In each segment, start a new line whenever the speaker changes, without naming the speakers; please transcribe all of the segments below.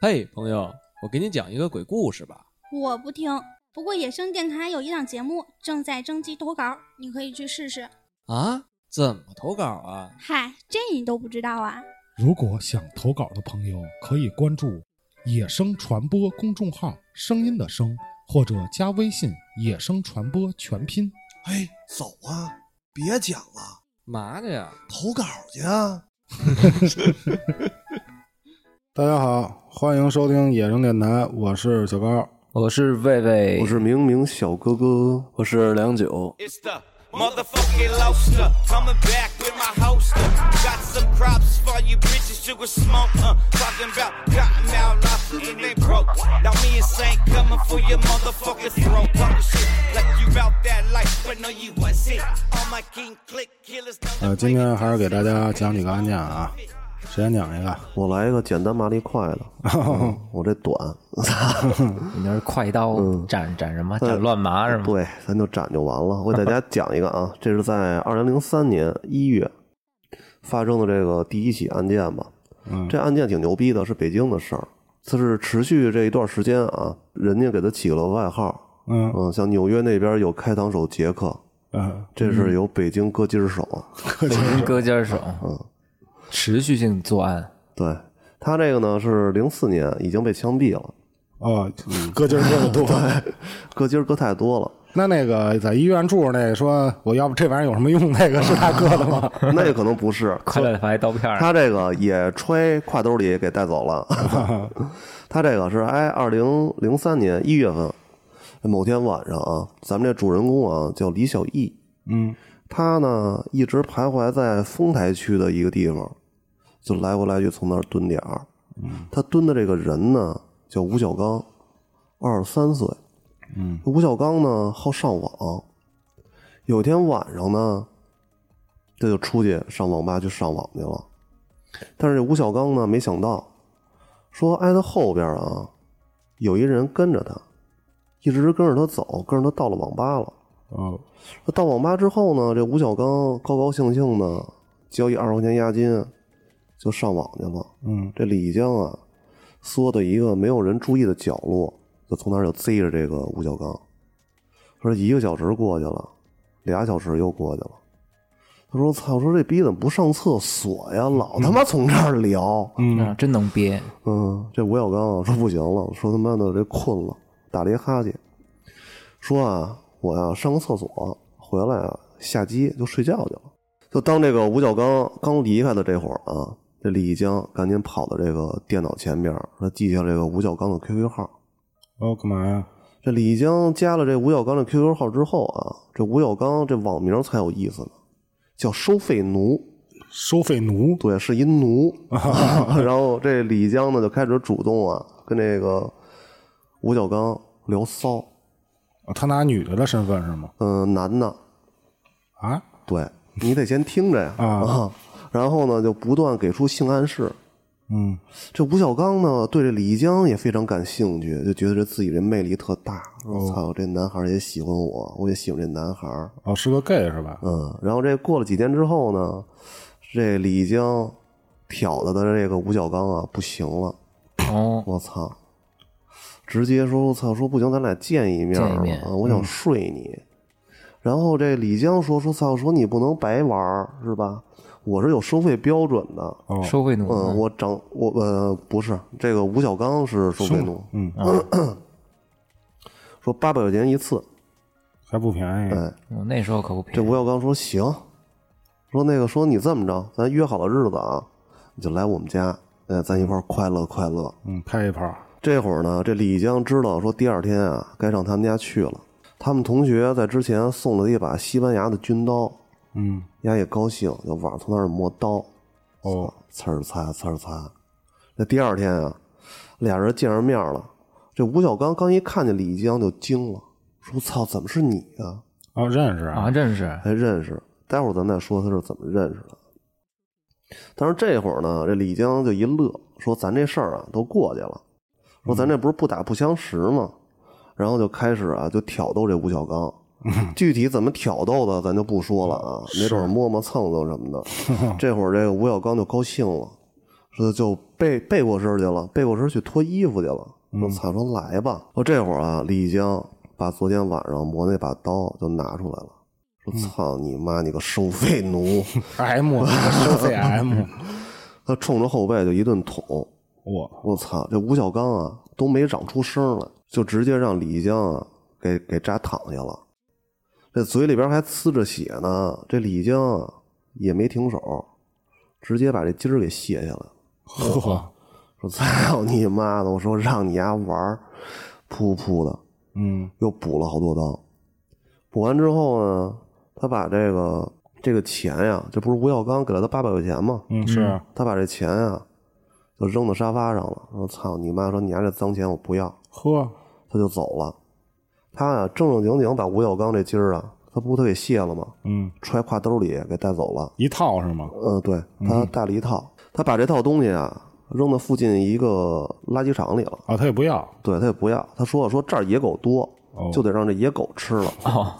嘿，朋友，我给你讲一个鬼故事吧。
我不听。不过野生电台有一档节目正在征集投稿，你可以去试试。
啊？怎么投稿啊？
嗨，这你都不知道啊？
如果想投稿的朋友，可以关注“野生传播”公众号“声音的声”，或者加微信“野生传播全拼
哎，走啊，别讲了，
嘛的呀？
投稿去啊！
大家好，欢迎收听野生电台，我是小高。
我是魏魏，
我是明明小哥哥，我是梁九，
It's the motherfucking lobster. Coming back with my holster. Got some props for you bitches. You was smoke. Uh, talking about cotton out lobsters and they broke. Now me and Saint coming for your motherfucking throat. Talking shit like you about that life, but no, you wasn't. All my king click killers. know the
呃，今天还是给大家讲几个案件啊。谁先讲一个？
我来一个简单麻利快 的，嗯我这短，
你那是快刀
嗯
斩斩什么？
呃
斩乱麻是吗？
对，咱就斩就完了。我给大家讲一个 啊，这是在二零零三年一月发生的这个第一起案件吧。
嗯，
这案件挺牛逼的，是北京的事儿，就是持续这一段时间啊，人家给他起了外号，
嗯
嗯，像纽约那边有开膛手杰克，
嗯，
这是有北京割筋手，
割尖手，
嗯
持续性作案，
对他这个呢是零四年已经被枪毙了。
哦，哥今儿说的多。
割筋儿割太多了，
那那个在医院住着那个说，我要不这玩意儿有什么用？那个是他哥的吗？
那也可能不是
快乐牌刀片儿，
他这个也揣挎兜里给带走了。他这个是哎，二零零三年一月份某天晚上啊，咱们这主人公啊叫李小艺，
嗯
他呢一直徘徊在丰台区的一个地方，就来回来去从那儿蹲点儿。他蹲的这个人呢叫吴小刚，二十三岁。
嗯，
吴小刚呢好上网，有一天晚上呢，他就出去上网吧去上网去了。但是这吴小刚呢没想到，说挨他后边啊有一人跟着他，一直跟着他走，跟着他到了网吧了。
哦，
那到网吧之后呢，这吴小刚高高兴兴的交一二十块钱押金，就上网去了。
嗯
这李江啊，缩到一个没有人注意的角落，就从那儿就贼着这个吴小刚。他说一个小时过去了，俩小时又过去了。他说：“操！我说这逼怎么不上厕所呀？老他妈从这儿聊。
嗯，真能憋，
嗯，这吴小刚啊说不行了，说他妈的这困了，打了一哈欠，说啊，我呀、上个厕所回来啊，下机就睡觉去了。就当这个吴小刚刚离开的这会儿啊，这李江赶紧跑到这个电脑前面，说记下这个吴小刚的 QQ 号。
哦，干嘛呀？
这李江加了这吴小刚的 QQ 号之后啊，这吴小刚这网名才有意思呢，叫收费奴。
收费奴。
对，是一 奴。然后这李江呢就开始主动啊，跟这个吴小刚聊骚。
哦他拿女的的身份是吗？
嗯、男的，
啊，
对你得先听着呀
啊
然后呢，就不断给出性暗示。
嗯
这吴小刚呢，对这李江也非常感兴趣，就觉得这自己这魅力特大。说操、这男孩儿也喜欢我，我也喜欢这男孩儿。
哦，是个 gay 是吧？
嗯，然后这过了几天之后呢，这李江挑的的这个吴小刚啊，不行了。
哦，
我操！直接说，我操，说不行，咱俩见一面吧，
见一面
啊我想睡你。然后这李江说，说操，说你不能白玩儿是吧？我是有收费标准的。
哦，
收费
嗯，
奴，
我长我呃不是这个吴小刚是收费奴，
嗯，
啊说八百块钱一次。
还不便宜。
哎，
我那时候可不便
这
宜，
吴小刚说行，说那个说你这么着，咱约好了日子啊，你就来我们家，呃，咱一块儿快乐快乐。
嗯，拍一炮。
这会儿呢，这李江知道说第二天啊该上他们家去了。他们同学在之前送了一把西班牙的军刀，
嗯，
丫也高兴，就晚上从那儿磨刀，
哦，
呲儿擦呲儿擦。那第二天啊，俩人见着面了。这吴小刚刚一看见李江就惊了，说：“操，怎么是你啊
哦，认识啊
啊，。认识？”，
还认识？待会儿咱再说他是怎么认识的。但是这会儿呢，这李江就一乐，说：“咱这事儿啊都过去了，说咱这不是不打不相识吗？”然后就开始啊就挑逗这吴小刚。具体怎么挑逗的，咱就不说了啊，没准儿摸摸蹭蹭什么的。这会儿这个吴小刚就高兴了，说就背背过身去了，背过身去脱衣服去了。我操，说来吧！我这会儿啊，李江把昨天晚上磨那把刀就拿出来了，说操你妈，你个收费奴！
啊 M 收费 M，
他冲着后背就一顿捅。
我
我操，这吴小刚啊都没长出声来，就直接让李江啊给给扎躺下了，这嘴里边还呲着血呢。这李江啊也没停手，直接把这筋儿给卸下来了。
呵，
说操 你妈的！我说让你丫玩儿，噗噗的
嗯
又补了好多刀。补完之后呢，他把这个这个钱呀，这不是吴耀刚给了他八百块钱吗？
嗯是，
他把这钱呀就扔到沙发上了。说操你妈！说你丫这脏钱我不要，
呵，
他就走了。他啊正正经经把吴耀刚这筋儿啊，他不他给卸了吗？
嗯，
揣挎兜里给带走了。
一套是吗？
嗯，对他带了一套，他把这套东西啊扔到附近一个垃圾场里了。
啊，他也不要，
对他也不要，他说说这儿野狗多，
哦
就得让这野狗吃了。
哦，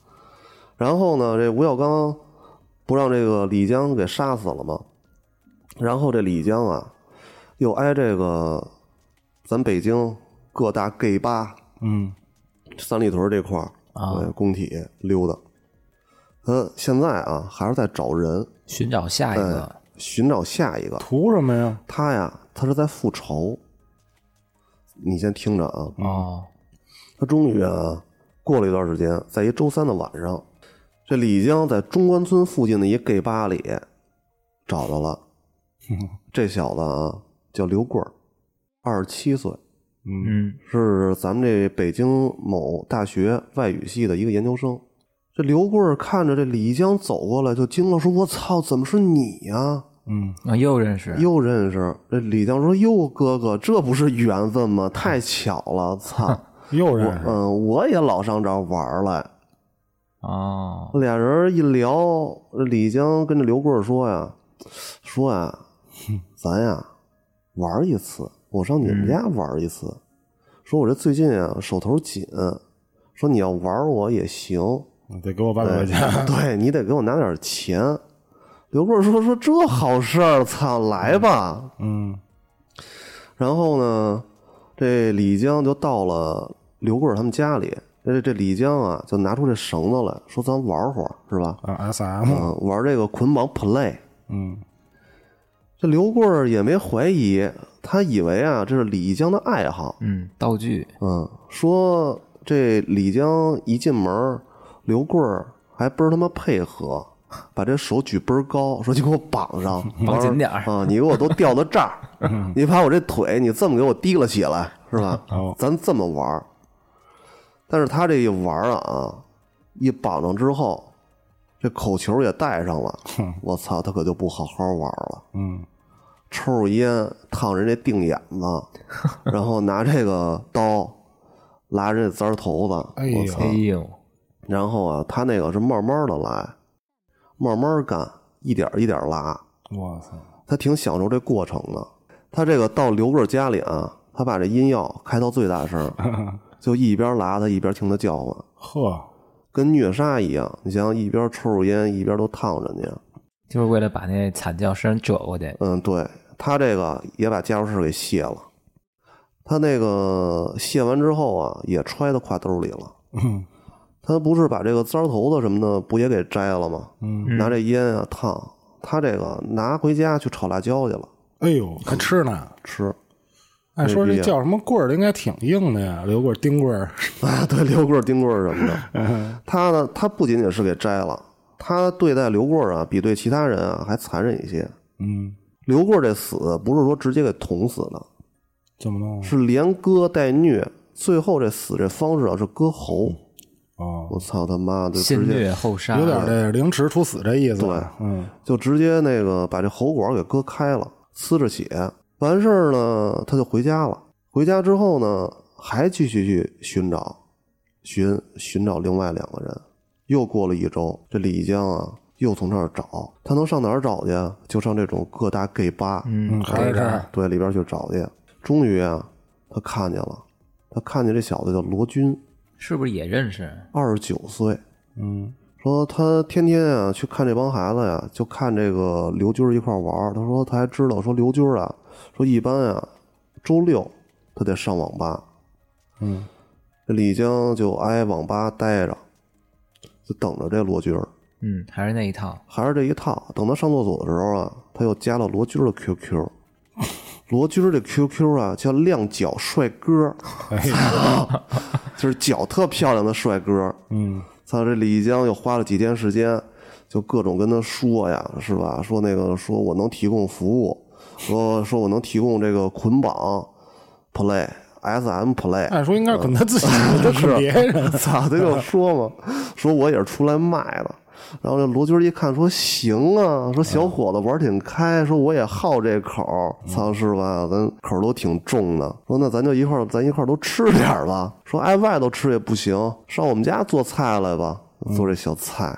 然后呢，这吴小刚不让这个李江给杀死了吗？然后这李江啊，又挨这个咱北京各大 gay 吧、
嗯
三里屯这块儿
啊
呃工体溜达。他现在啊，还是在找人，
寻找下一
哎
个，
寻找下一个。
图什么呀？
他呀，他是在复仇。你先听着啊，
哦，
他终于啊，过了一段时间，在一周三的晚上，这李江在中关村附近的一 gay 吧里找到了这小子啊，叫刘棍儿，二十七岁，
嗯，
是咱们这北京某大学外语系的一个研究生。这刘棍儿看着这李江走过来，就惊了，说：“我操，怎么是你呀、
嗯
啊，又认识，
又认识。”这李江说：“哟，哥哥，这不是缘分吗？太巧了， 操！
又
我
认识，
嗯，我也老上这儿玩儿来。”
哦，
俩人一聊，李江跟这刘棍儿说呀：“说呀，咱呀玩儿一次，我上你们家玩儿一次。说我这最近啊手头紧，说你要玩儿我也行，
嗯得给我八百块钱，
哎对你得给我拿点钱。”刘棍儿说：“说这好事儿，操，来吧。
嗯
然后呢，这李江就到了刘棍儿他们家里。这这李江啊，就拿出这绳子来说：“咱玩会儿，是吧？”
啊 S M，
嗯，玩这个捆绑 play。
嗯
这刘棍儿也没怀疑，他以为啊这是李江的爱好。
嗯，道具，
嗯，说这李江一进门儿，刘棍儿还倍儿他妈配合，把这手举倍儿高，说你给我绑上，
绑紧点儿
啊、你给我都吊到这 儿，你把我这腿你这么给我提了起来，是 吧？
哦
咱这么玩儿。但是他这一玩儿啊，一绑上之后，这口球也戴上了，我操，他可就不好好玩儿了。
嗯
抽着烟，烫人家腚眼 子，然后拿这个刀拉人家簪儿头子，
哎呦
我操
哎！呦，
然后啊，他那个是慢慢的来，慢慢干，一点儿一点儿拉，
我操，
他挺享受这过程的。他这个到刘贵家里啊，他把这音药开到最大声， 就一边拉他一边听他叫唤，
呵，
跟虐杀一样。你想想，一边抽着烟，一边都烫人家，
就是为了把那惨叫声折过去，
嗯，对他这个也把家伙事儿给卸了，他那个卸完之后啊，也揣到挎兜里了。
嗯
他不是把这个簪儿头子什么的不也给摘了吗？
嗯，
拿这烟啊烫，他这个拿回家去炒辣椒去了
哎呦，还吃呢。
吃。
按说
没
这
必要
叫什么棍儿，应该挺硬的呀，刘棍儿、丁棍儿，
啊，对，刘棍儿、丁棍儿什么
嗯
的，他呢，他不仅仅是给摘了，他对待刘棍儿啊，比对其他人啊还残忍一些。
嗯，
刘棍儿这死不是说直接给捅死的，
怎么弄？啊
是连割带虐，最后这死这方式啊是割喉。
哦，
我操他妈的，
先
直接
虐后杀，
有点这呃凌迟处死这意思。
对
嗯，
就直接那个把这喉管给割开了，呲着血。完事儿呢，他就回家了。回家之后呢，还继续去寻找，寻寻找另外两个人。又过了一周，这李江啊，又从这儿找，他能上哪儿找去啊？就上这种各大 gay 吧，
嗯，
还是这
对
儿
吧，
对里边去找去。终于啊，他看见了，他看见这小子叫罗军，
是不是也认识？
二十九岁，
嗯
说他天天啊去看这帮孩子呀，就看这个刘军儿一块儿玩儿。他说他还知道说刘军儿啊，说一般啊，周六他得上网吧，
嗯，
这李江就挨网吧待着，就等着这罗军儿。
嗯，还是那一套，
还是这一套。等他上厕所的时候啊，他又加了罗军儿的 QQ。罗军儿这 QQ 啊，叫亮脚帅哥，就是脚特漂亮的帅哥。
嗯，
操，这李江又花了几天时间，就各种跟他说呀，是吧？说那个，说我能提供服务，说说我能提供这个捆绑 play、SM play，
按说应该滚他自己， 他滚别 人。
操，他就说嘛，说我也是出来卖的。然后这罗军一看说行啊，说小伙子玩挺开，说我也好这口儿，操是吧？咱口儿都挺重的。说那咱就一块儿，咱一块儿都吃点儿吧。说挨外头吃也不行，上我们家做菜来吧，做这小菜。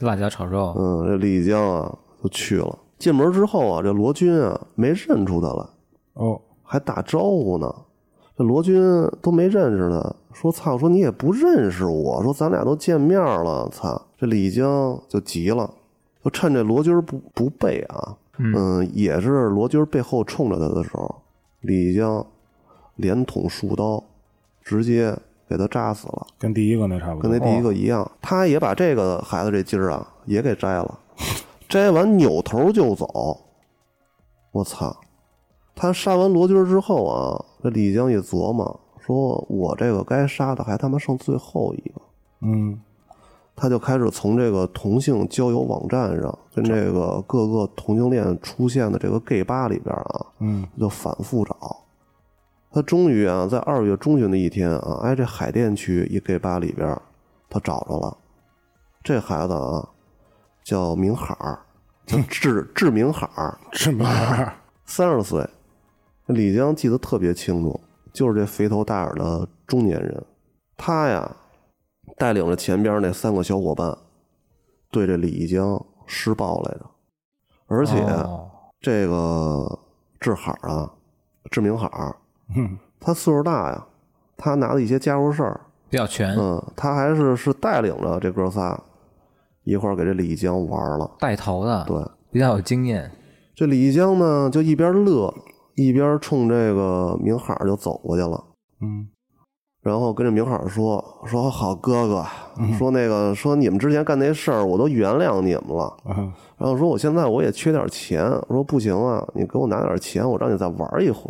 辣椒炒肉，
嗯，这李江啊就去了。进门之后啊，这罗军啊没认出他来，
哦，
还打招呼呢。这罗军都没认识他，说：“操，说你也不认识我，说咱俩都见面了，操！”这李江就急了，就趁这罗军不不备啊，嗯，也是罗军背后冲着他的时候，李江连捅数刀，直接给他扎死了，
跟第一个那差不多。哦
跟那第一个一样。他也把这个孩子这筋儿啊也给摘了， 摘完扭头就走。我操！他杀完罗军之后啊，这李江一琢磨，说我这个该杀的还他妈剩最后一个，
嗯，
他就开始从这个同性交友网站上，跟这个各个同性恋出现的这个 gay 吧里边啊，
嗯，
就反复找。他终于啊，在二月中旬的一天啊，挨这海淀区一 gay 吧里边，他找着了。这孩子啊，叫明海儿，叫 志志明海儿，
是吗？
三十岁，李江记得特别清楚，就是这肥头大耳的中年人。他呀，带领着前边那三个小伙伴，对着李江施暴来着。而且、
哦
这个志海儿啊，志明海儿，
嗯
他岁数大呀，他拿的一些家伙事儿，
比较全，
嗯，他还是是带领着这哥仨一块儿给这李江玩了。
带头的，
对，
比较有经验，
这李江呢，就一边乐一边冲这个明海儿就走过去了，
嗯，
然后跟这明海儿说：“说好哥哥，说那个说你们之前干那事儿，我都原谅你们了。
啊，
然后说我现在我也缺点钱，我说不行啊，你给我拿点钱，我让你再玩一回。”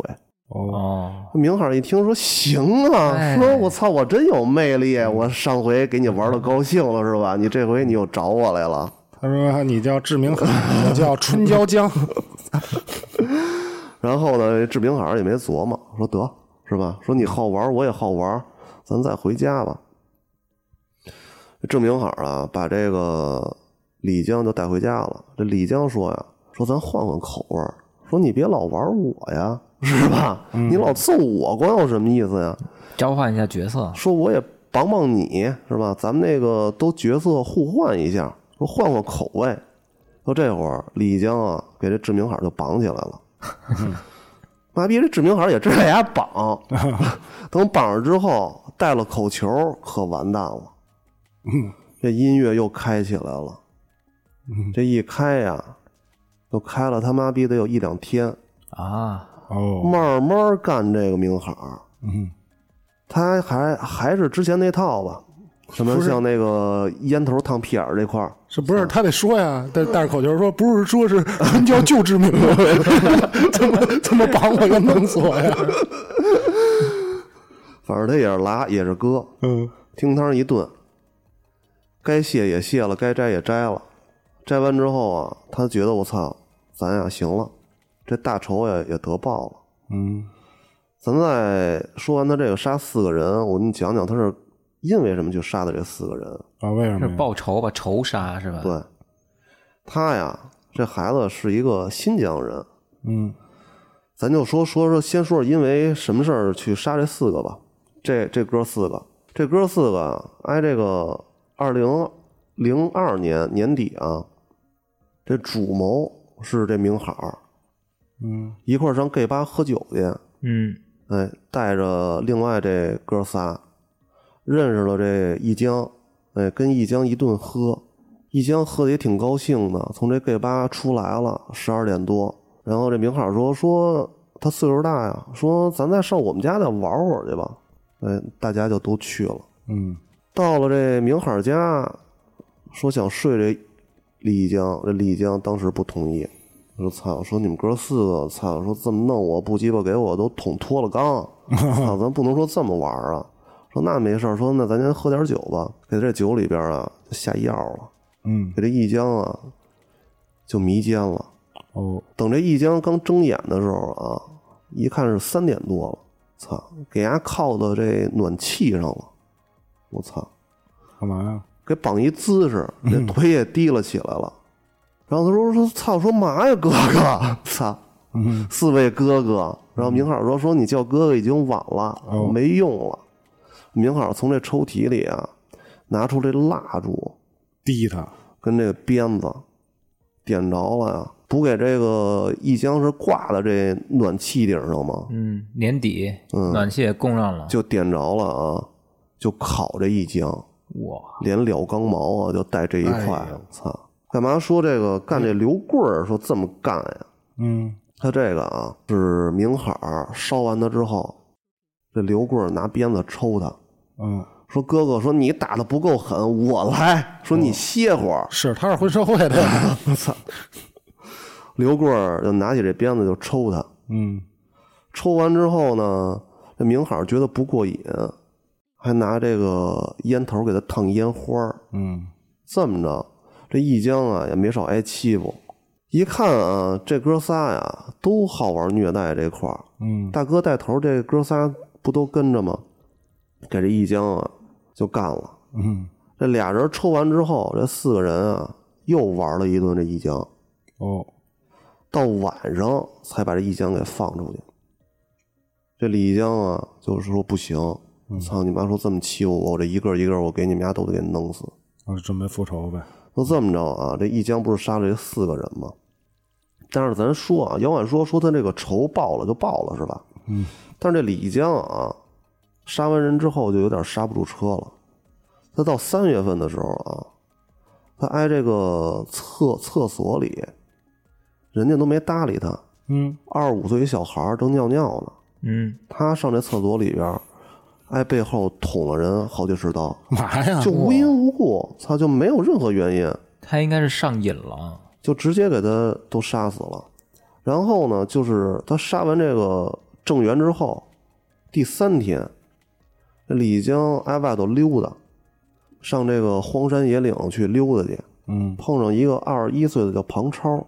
哦，
哦，
明海儿一听说行啊，
哎
说我操，我真有魅力，我上回给你玩的高兴了是吧？你这回你又找我来了。
他说你叫志明， 我叫春娇江。
然后呢，志明好像也没琢磨，说得是吧？说你好玩，我也好玩，咱再回家吧。志明好啊，把这个李江就带回家了。这李江说呀，说咱换换口味儿，说你别老玩我呀，是吧？你老揍我，光有什么意思呀？
交换一下角色，
说我也帮帮你，是吧？咱们那个都角色互换一下，说换换口味。说这会儿李江啊，给这志明海就绑起来了。妈逼，这志明海也知道俩绑，等绑上之后带了口球，可完蛋了。这音乐又开起来了，这一开呀、就开了他妈逼得有一两天，
啊，
哦，
慢慢干这个明海儿。
嗯，
他还还是之前那套吧，什么像那个烟头烫屁眼儿这块儿，
是不是他得说呀？但但是口球说不是说是春娇救志明， 怎么怎么绑我要弄死我呀？
反正他也是拉也是割，
嗯，
听汤一顿，该卸也卸了，该摘也摘了，摘完之后啊，他觉得我操，咱呀行了，这大仇也也得报了。
嗯，
咱再说完他这个杀四个人，我给你讲讲他是因为什么去杀的这四个人。
啊，为什
是
么呀？
报仇吧，仇杀是吧？
对，他呀，这孩子是一个新疆人，
嗯，
咱就说说说，先说说因为什么事儿去杀这四个吧。这这哥四个，这哥四个啊挨这个二零零二年年底啊，这主谋是这明好儿，
嗯，
一块儿上 gay 吧喝酒去，
嗯，
哎，带着另外这哥仨，认识了这一江，哎，跟一江一顿喝，一江喝的也挺高兴的，从这 gay 吧出来了，十二点多，然后这明浩说说他岁数大呀，说咱再上我们家再玩会儿去吧。哎，大家就都去了。
嗯
到了这明海家，说想睡这李江，这李江当时不同意，说操，说你们哥四个，操，说这么弄我不鸡巴给我都捅脱了 肛，操，咱不能说这么玩儿啊。说那没事儿，说那咱先喝点酒吧，给这酒里边啊就下药了，
嗯
给这一江啊就迷奸了。
哦
等这一江刚睁眼的时候啊，一看是三点多了，操，给伢铐到这暖气上了，我操！
干嘛呀？
给绑一姿势， 这腿也提了起来了。然后他说说操，说嘛呀哥 哥，操，
嗯
四位哥哥。然后明浩说说你叫哥哥已经晚了，
哦
没用了。明浩从这抽屉里啊拿出这蜡烛
滴他
跟这个鞭子，点着了呀，不给这个一江是挂在这暖气顶上吗？
嗯，年底
嗯
暖气也供上了，
就点着了啊，就烤这一江。
哇，
连燎钢毛啊，就带这一块
哎呦。哎
操、干嘛说这个干这刘棍儿？说这么干呀？
嗯
他这个啊是明海儿烧完他之后，这刘棍儿拿鞭子抽他，
嗯，
说哥哥，说你打的不够狠，我来。说你歇会儿。
是他是混社会的，
我操、刘棍儿就拿起这鞭子就抽他，
嗯
抽完之后呢，这明海儿觉得不过瘾，还拿这个烟头给他烫烟花儿。
嗯
这么着，这一江啊也没少挨欺负。一看啊，这哥仨呀都好玩虐待这块儿，
嗯
大哥带头，这哥仨不都跟着吗？给这一江啊就干了。
嗯
这俩人抽完之后，这四个人啊又玩了一顿这一江，
哦
到晚上才把这一江给放出去。这李江啊，就是说不行，操你妈！说这么欺负我，我这一个一个我给你们家都得给弄死。
我准备复仇呗，
说这么着啊，这一江不是杀了这四个人吗？但是咱说啊，姚婉说说他这个仇报了就报了是吧？嗯。但是这李江啊，杀完人之后就有点刹不住车了。他到三月份的时候啊，他挨这个厕厕所里，人家都没搭理他。
嗯
二十五岁一小孩儿正尿尿呢，
嗯，
他上这厕所里边儿，挨背后捅了人好几十刀，
干嘛呀？
就无因无故，操，就没有任何原因。
他应该是上瘾了，
就直接给他都杀死了。然后呢，就是他杀完这个郑源之后，第三天，李江挨外头溜达，上这个荒山野岭去溜达去，
嗯
碰上一个二十一岁的叫庞超，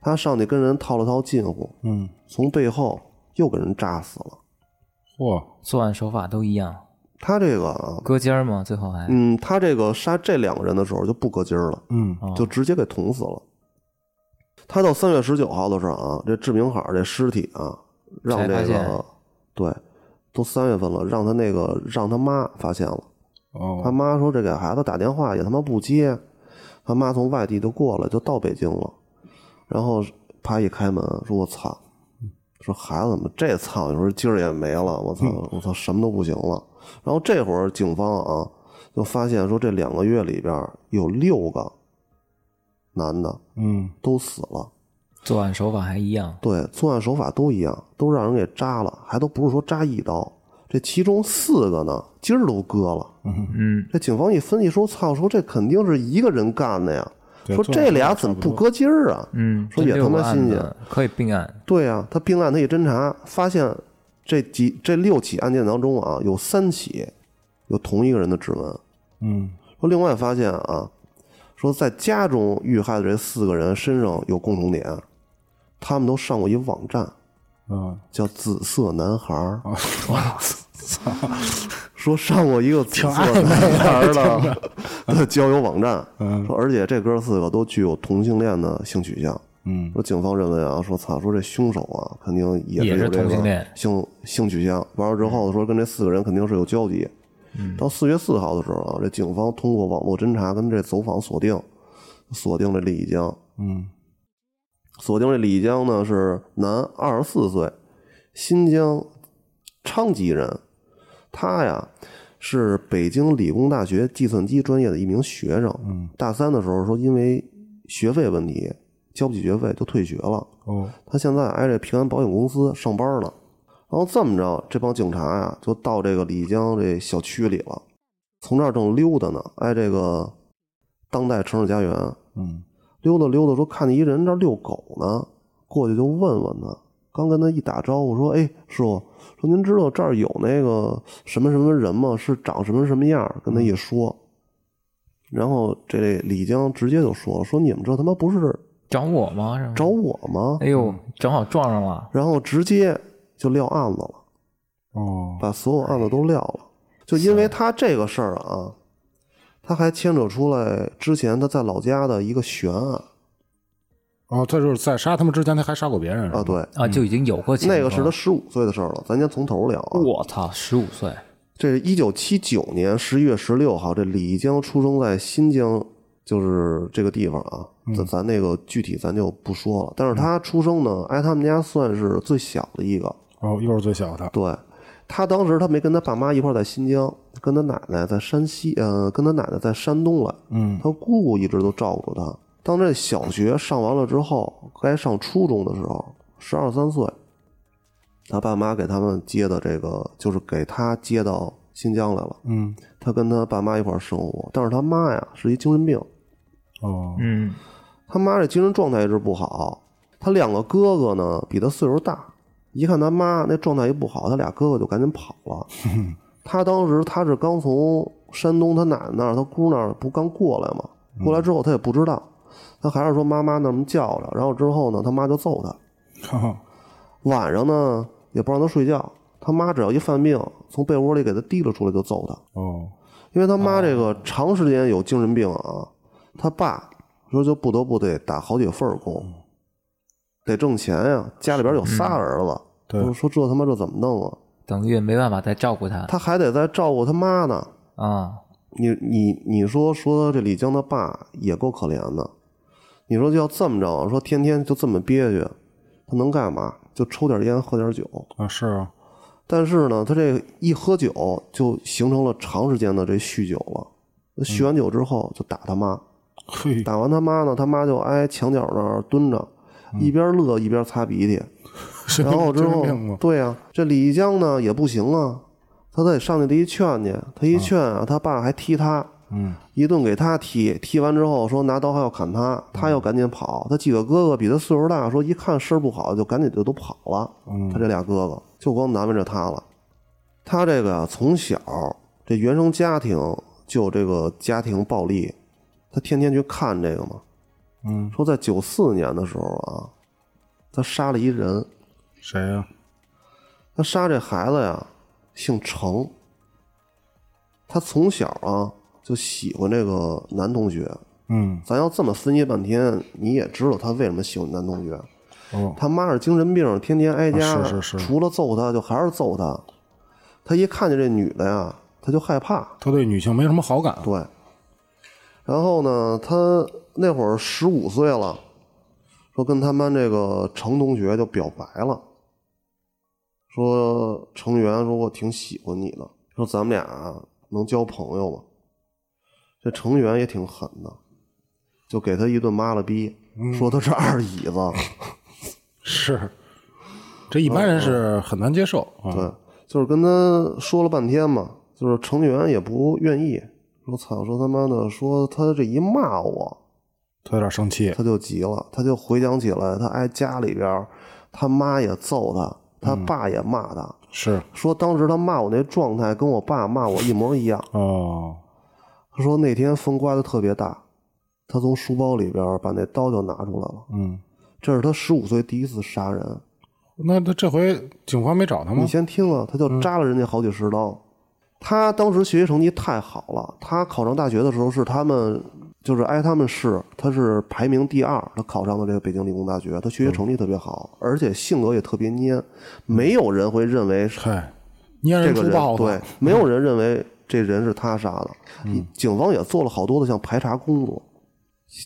他上去跟人套了套近乎，
嗯，
从背后又给人扎死了。
嚯，
作案手法都一样，
他这个啊，
割尖儿嘛，最后还
嗯，他这个杀这两个人的时候就不搁劲儿了。
嗯
哦
就直接给捅死了。他到三月十九号的时候啊，这志明海这尸体啊，让这
才发现
个对，都三月份了，让他那个让他妈发现了。
哦，
他妈说这给孩子打电话也他妈不接，他妈从外地就过来，就到北京了。然后啪一开门，说我操，说孩子们这操，你说今儿也没了，我操，我操，什么都不行了。然后这会儿警方啊，就发现说这两个月里边有六个男的
嗯
都死了，
作案手法还一样，
对，作案手法都一样，都让人给扎了，还都不是说扎一刀。这其中四个呢，今儿都割了。
嗯，
这警方一分析说：“操，说这肯定是一个人干的呀！
对
说这俩怎么不搁劲儿啊？
嗯，
说也
这六
他妈
个案
新鲜
子可以并案，
对呀、他并案他一侦查，发现这几这六起案件当中啊，有三起有同一个人的指纹。
嗯
说另外发现啊，说在家中遇害的这四个人身上有共同点，他们都上过一网站，
啊
叫“紫色男孩儿
啊，操，”，
说上过一个紫色男孩儿的的 交友网站。
嗯
说，而且这哥四个都具有同性恋的性取向。
嗯
说警方认为啊，说操，说这凶手啊，肯定也
也
是
是
有这
同性
个
恋
性性取向。完了之后说跟这四个人肯定是有交集。到四月四号的时候啊，这警方通过网络侦查跟这走访锁定，锁定了李江，
嗯
锁定这李江呢是男，二十四岁，新疆昌吉人。他呀是北京理工大学计算机专业的一名学生。
嗯
大三的时候说，因为学费问题交不起学费就退学了。
哦，
他现在挨这平安保险公司上班呢。然后这么着，这帮警察呀、就到这个李江这小区里了，从这儿正溜达呢，挨这个当代城市家园
嗯，
溜达溜达，说看见一人这儿遛狗呢，过去就问问他。刚跟他一打招呼，说：“哎，师傅，说您知道这儿有那个什么什么人吗？是长什么什么样儿？”跟他一说，
嗯
然后这李江直接就说了：“说你们这他妈不是
找我吗？是吗
找？我嗯吗？”
哎呦，正好撞上了。
然后直接就撂案子了，
哦，
把所有案子都撂了。就因
哎
为他这个事儿啊，他还牵扯出来之前他在老家的一个悬案
哦，他就是在杀他们之前，他还杀过别人是吧
啊，对，
啊，就已经有过前科
那个是他十五岁的事儿了。咱先从头聊啊，
我操，十五岁，
这一九七九年十一月十六号，这李江出生在新疆，就是这个地方啊。咱咱那个具体咱就不说了，但是他出生呢，挨他们家算是最小的一个。
哦，又是最小的，
对他当时他没跟他爸妈一块儿在新疆，跟他奶奶在山西，呃，跟他奶奶在山东来。
嗯，
他姑姑一直都照顾着他。当这小学上完了之后，该上初中的时候，十二三岁，他爸妈给他们接的这个，就是给他接到新疆来了。
嗯，
他跟他爸妈一块儿生活，但是他妈呀是一精神病，
哦，
嗯，
他妈这精神状态一直不好。他两个哥哥呢，比他岁数大，一看他妈那状态一不好，他俩哥哥就赶紧跑了。他当时他是刚从山东他奶奶那儿，他姑那儿不刚过来吗？过来之后他也不知道，他还是说妈妈那么叫着，然后之后呢，他妈就揍他。
哈哈，
晚上呢也不让他睡觉，他妈只要一犯病，从被窝里给他提溜出来就揍他。
哦，
因为他妈这个长时间有精神病啊，他爸说就不得不得打好几份儿工，得挣钱呀、家里边有仨儿子，
嗯对
说说这他妈这怎么弄啊？
等于没办法再照顾他
他还得再照顾他妈呢。
啊，
你你你说说这李江他爸也够可怜的，你说就要这么着，啊说天天就这么憋屈，他能干嘛？就抽点烟，喝点酒。
啊，是啊，
但是呢，他这一喝酒就形成了长时间的这酗酒了。酗完酒之后就打他妈，
嘿，
打完他妈呢，他妈就挨墙角那儿蹲着，一边乐一边擦鼻涕。
是
然后之
精神
后
病啊吗，？
对呀、啊这李江呢也不行啊，他得上去得一劝去，他一劝啊，他爸还踢他，
嗯，
一顿给他踢，踢完之后说拿刀还要砍他，
嗯
他又赶紧跑。他几个哥哥比他岁数大，说一看事儿不好就赶紧就都跑了。
嗯
他这俩哥哥就光难为着他了。他这个啊从小这原生家庭就有这个家庭暴力，他天天去看这个嘛。
嗯，
说在九四年的时候啊，他杀了一人，
谁呀？
他杀这孩子呀，姓程。他从小啊就喜欢这个男同学。
嗯，
咱要这么分析半天，你也知道他为什么喜欢男同学。
哦，
他妈是精神病，天天挨家，
啊是是是
除了揍他就还是揍他。他一看见这女的呀，他就害怕。
他对女性没什么好感，
对，然后呢，他那会儿十五岁了，说跟他们这个程同学就表白了，说程源，说我挺喜欢你的，说咱们俩啊能交朋友吗？这程源也挺狠的，就给他一顿妈了逼，说他是二椅子。
是，这一般人是很难接受啊，
对，就是跟他说了半天嘛，就是程源也不愿意，说操，说他妈的，说他这一骂我，
他有点生气，
他就急了，他就回想起来，他挨家里边儿，他妈也揍他，他爸也骂他，
是，
说当时他骂我那状态跟我爸骂我一模一样。
哦，
他说那天风刮的特别大，他从书包里边儿把那刀就拿出来了。
嗯，
这是他十五岁第一次杀人，
那他这回警方没找他吗嗯
你？先听啊，他就扎了人家好几十刀。他当时学习成绩太好了，他考上大学的时候是他们就是挨他们市，他是排名第二，他考上的这个北京理工大学，他学习成绩特别
嗯
好，而且性格也特别蔫，没有人会认为是
嗨，
这
蔫嗯人
个
出
人
豹
对
子，，
没有人认
嗯
为这人是他杀的。警方也做了好多的像排查工作，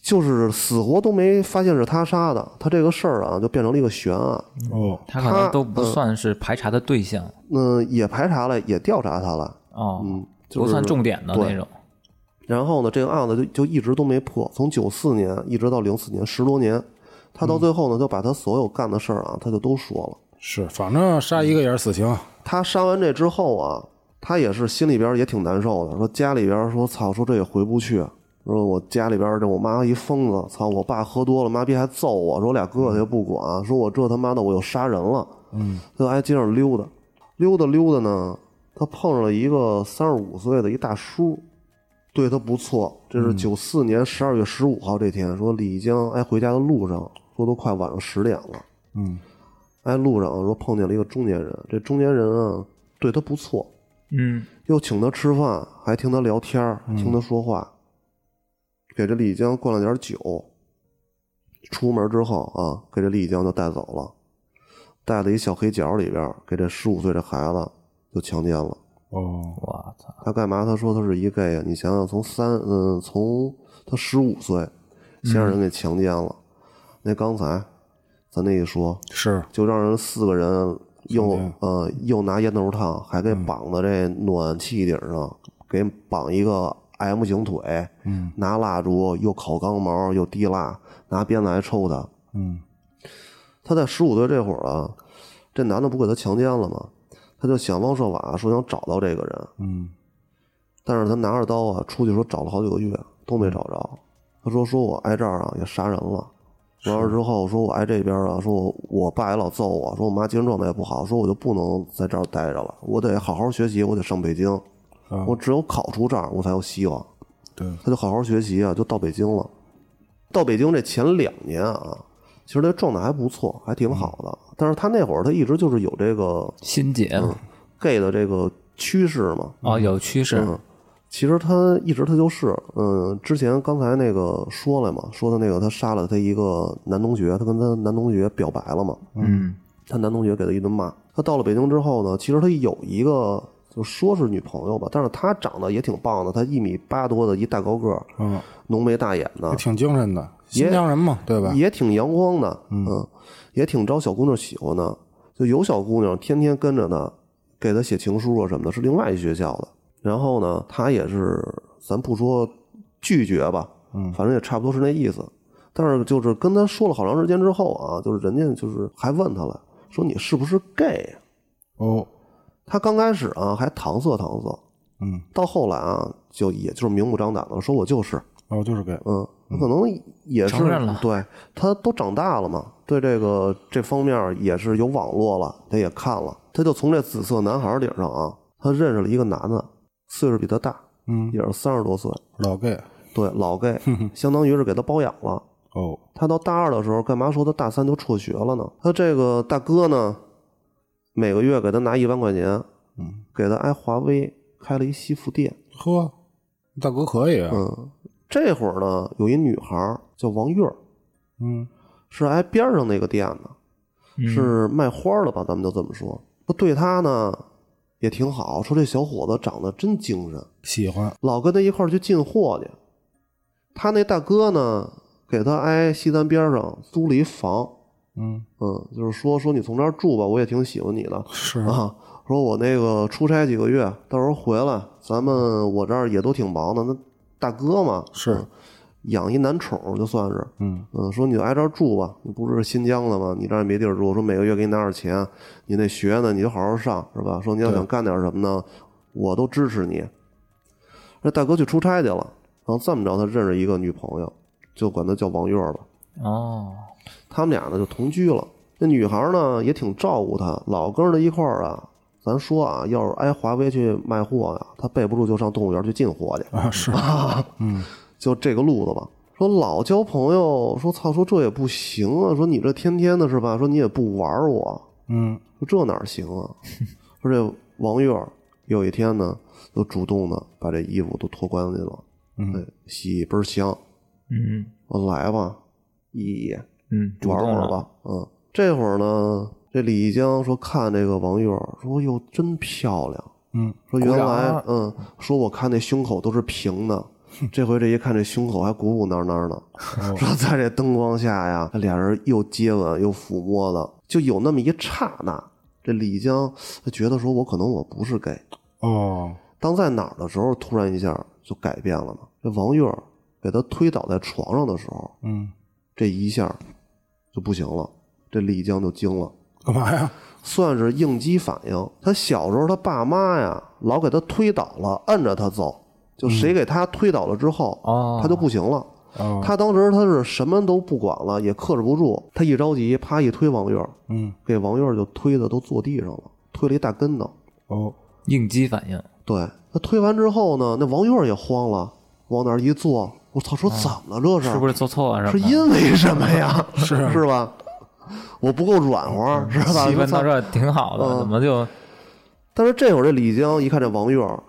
就是死活都没发现是他杀的，他这个事儿啊就变成了一个悬案。
哦，
他可
他
能都不算是排查的对象
嗯、也排查了，也调查他了。
哦，
嗯，
不算重点的
对
那种。
然后呢，这个案子就就一直都没破，从九四年一直到零四年，十多年，他
嗯
到最后呢，就把他所有干的事儿啊，他就都说了。
是，反正杀一个也是死刑。
他杀完这之后啊，他也是心里边也挺难受的，说家里边说操，说这也回不去，说我家里边这我妈一疯子，操，我爸喝多了，妈逼还揍我，说我俩哥哥也不管，说我这他妈的我又杀人了，嗯，就挨街上溜达，溜达溜达呢，他碰上了一个三十五岁的一大叔。对他不错，这是九四年十二月十五号这天，说李江挨回家的路上，说都快晚上十点了，
嗯，
哎，路上说碰见了一个中年人，这中年人啊对他不错，
嗯，
又请他吃饭，还听他聊天儿，听他说话，给这李江灌了点酒。出门之后啊，给这李江就带走了，带到一小黑角里边儿，给这十五岁这孩子就强奸了。
哦，
我操，
他干嘛？他说他是一 gay 啊！你想想，从三嗯，从他十五岁先让人给强奸了，那刚才咱那一说，
是，
就让人四个人又
强奸嗯
呃又拿烟头烫，还给绑在这暖气顶上，给绑一个 M 型腿，
嗯
拿蜡烛又烤钢毛又滴蜡，拿鞭子还抽他。
嗯
他在十五岁这会儿啊，这男的不给他强奸了吗？他就想方设法说想找到这个人，
嗯，
但是他拿着刀啊出去说找了好几个月都
嗯
没找着。他说说我挨这儿啊也杀人了，完了之后说我挨这边啊，说我我爸也老揍我，说我妈精神状态也不好，说我就不能在这儿待着了，我得好好学习，我得上北京，
啊
我只有考出这儿我才有希望。
对，
他就好好学习啊，就到北京了。到北京这前两年啊，其实他状态还不错，还挺好的。
嗯
但是他那会儿他一直就是有这个
心结
嗯
嘛
gay 的这个趋势嘛，
啊
哦，有趋势，
嗯，其实他一直他就是，嗯，之前刚才那个说了嘛，说的那个他杀了他一个男同学，他跟他男同学表白了嘛，
嗯
他男同学给他一顿骂。他到了北京之后呢，其实他有一个就说是女朋友吧，但是他长得也挺棒的，他一米八多的一大高个儿，
嗯，
浓眉大眼的
也，挺精神的，
也
新疆人嘛，对吧？
也挺阳光的，嗯，也挺招小姑娘喜欢的。就有小姑娘天天跟着他，给他写情书啊什么的，是另外一学校的。然后呢，他也是，咱不说拒绝吧，嗯，反正也差不多是那意思。但是就是跟他说了好长时间之后啊，就是人家就是还问他了，说你是不是 gay？啊
哦，
他刚开始啊还搪塞搪塞，
嗯，
到后来啊就也就是明目张胆的说我就是，
哦，就是给，
嗯，可能也是
承认了
对他都长大了嘛，对这个这方面也是有网络了，他也看了，他就从这紫色男孩顶上啊，他认识了一个男的，岁数比他大，
嗯，
也是三十多岁，
老 gay，
对老 gay，相当于是给他包养了。
哦，
他到大二的时候，干嘛说他大三就辍学了呢？他这个大哥呢，每个月给他拿一万块钱，
嗯，
给他挨华威开了一西服店。
呵，大哥可以啊，
嗯，这会儿呢，有一女孩儿叫王月儿，
嗯
是挨边上那个店的，
嗯
是卖花儿的吧？咱们就这么说。对他呢也挺好，说这小伙子长得真精神，
喜欢，
老跟他一块儿去进货去。他那大哥呢，给他挨西单边上租了一房，
嗯，
嗯，就是说说你从这儿住吧，我也挺喜欢你的
是，
啊。说我那个出差几个月，到时候回来，咱们我这儿也都挺忙的。那大哥嘛，嗯
是，
养一男宠就算是，
嗯
嗯，说你就挨这儿住吧，你不是新疆的吗？你这儿也没地儿住，说每个月给你拿点钱，你那学呢你就好好上，是吧？说你要想干点什么呢，我都支持你。那大哥去出差去了，然后这么着，他认识一个女朋友，就管她叫王月儿吧。
哦，
他们俩呢就同居了。那女孩呢也挺照顾他，老跟着他一块儿啊。咱说啊，要是挨华为去卖货呀、他备不住就上动物园去进货去。
啊是，
就这个路子吧。说老交朋友，说操，说这也不行啊，说你这天天的是吧？说你也不玩我，
嗯
说这哪儿行 啊？说这王月儿有一天呢，就主动的把这衣服都脱干净了，哎
嗯，
洗倍儿香。
嗯
我来吧，依依，
嗯，主
玩
动
会儿
了，
吧，嗯。这会儿呢，这李江说看这个王月儿，说哟真漂亮，
嗯，
说原
鼓掌
来
啊
嗯，说我看那胸口都是平 的，这回这一看这胸口还鼓鼓囊囊的，
哦
说在这灯光下呀，俩人又接吻又抚摸的，就有那么一刹那，这李江他觉得说我可能我不是 gay，
哦，
当在哪儿的时候，突然一下就改变了嘛。这王月儿给他推倒在床上的时候，
嗯，
这一下就不行了，这李江就惊了。
干嘛呀？
算是应激反应。他小时候，他爸妈呀，老给他推倒了，摁着他走。就谁给他推倒了之后，
哦
他就不行了。
哦
他当时他是什么都不管了，也克制不住。他一着急，啪一推王月，
嗯，
给王月就推的都坐地上了，推了一大跟头。
哦，
应激反应，
对他推完之后呢，那王月也慌了，往那儿一坐，我操，说怎么了这是？
是不是做错了什
是
么？
因为什么 呀？是是吧？我不够软和，是吧？
啊气氛
操
到这儿挺好的，
嗯
怎么就
但是这会儿这李江一看这王月儿，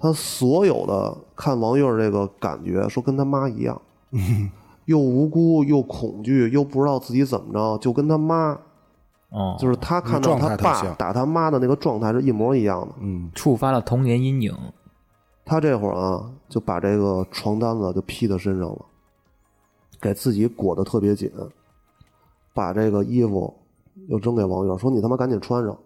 他所有的看王月儿这个感觉，说跟他妈一 样，又无辜又恐惧，又不知道自己怎么着，就跟他妈，
哦，
就是他看到
状态
他
特
爸
像
打他妈的那个状态是一模一样的。
嗯，
触发了童年阴影？
他这会儿啊，就把这个床单子就披到身上了，给自己裹得特别紧，把这个衣服又扔给王月，说：“你他妈赶紧穿上。”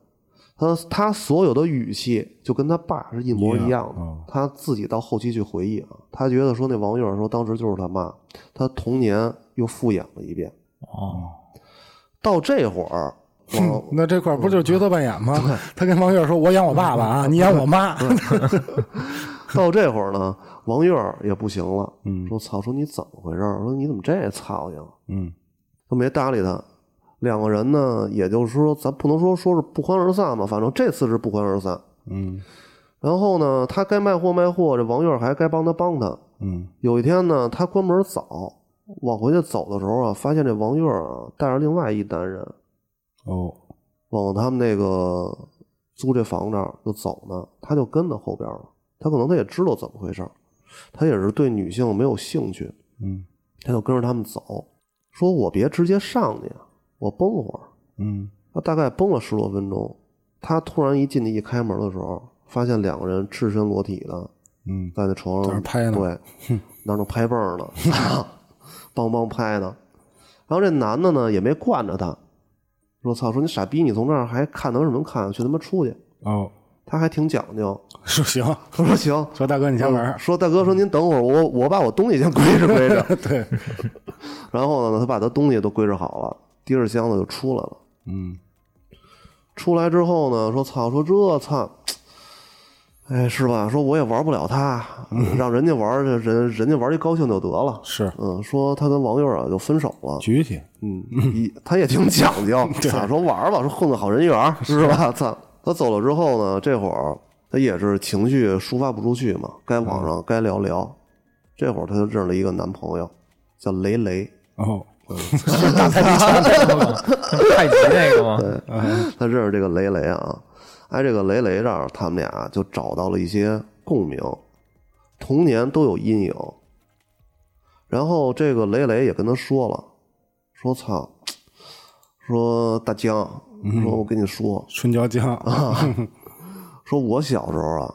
他他所有的语气就跟他爸是一模一样的。
一样啊
他自己到后期去回忆啊，他觉得说那王月说当时就是他妈，他童年又复演了一遍。
哦，
到这会 儿，王
那这块儿不就是角色扮演吗？他跟王月说：“我演我爸爸啊，你演我妈。
到这会儿呢，王月也不行了，
嗯
说：“操，说你怎么回事儿？说你怎么这操性？””
嗯，
都没搭理他。两个人呢，也就是说，咱不能说说是不欢而散吧，反正这次是不欢而散。
嗯
然后呢，他该卖货卖货，这王月还该帮他帮他。
嗯
有一天呢，他关门早，往回去走的时候啊，发现这王月啊带着另外一单人
哦，
往他们那个租这房这儿就走呢，他就跟在后边了。他可能他也知道怎么回事儿，他也是对女性没有兴趣，
嗯
他就跟着他们走，说我别直接上去啊，我崩会儿。
嗯
他大概崩了十多分钟，他突然一进去一开门的时候，发现两个人赤身裸体的
嗯，
在那床
在那
上
拍呢
对，那儿弄拍蹦儿呢， 梆梆拍呢。然后这男的呢也没惯着他，说操，说你傻逼，你从这儿还看能什么看？啊去他妈出去！
哦，
他还挺讲究，
说行，
他说行，
说大哥你先玩
嗯
儿。
说大哥说您等会儿，我我把我东西先归置归置。
对，
然后呢，他把他东西都归置好了，提着箱子就出来了。
嗯
出来之后呢，说操，说这操，哎，是吧？说我也玩不了他，让人家玩儿，人人家玩儿一高兴就得了。
是
嗯，说他跟王月啊就分手了。
举起，
嗯，一他也挺讲究，操，说玩儿吧，说混个好人缘儿，是吧？ 操，他走了之后呢，这会儿他也是情绪抒发不出去嘛，该网上该聊聊。这会儿他就认了一个男朋友，叫雷雷。
哦，
太极那个吗？
他认识这个雷雷啊，哎，这个雷雷这儿，他们俩就找到了一些共鸣，童年都有阴影。然后这个雷雷也跟他说了，说操，说大江，说我跟你说，
春娇江，
说我小时候啊，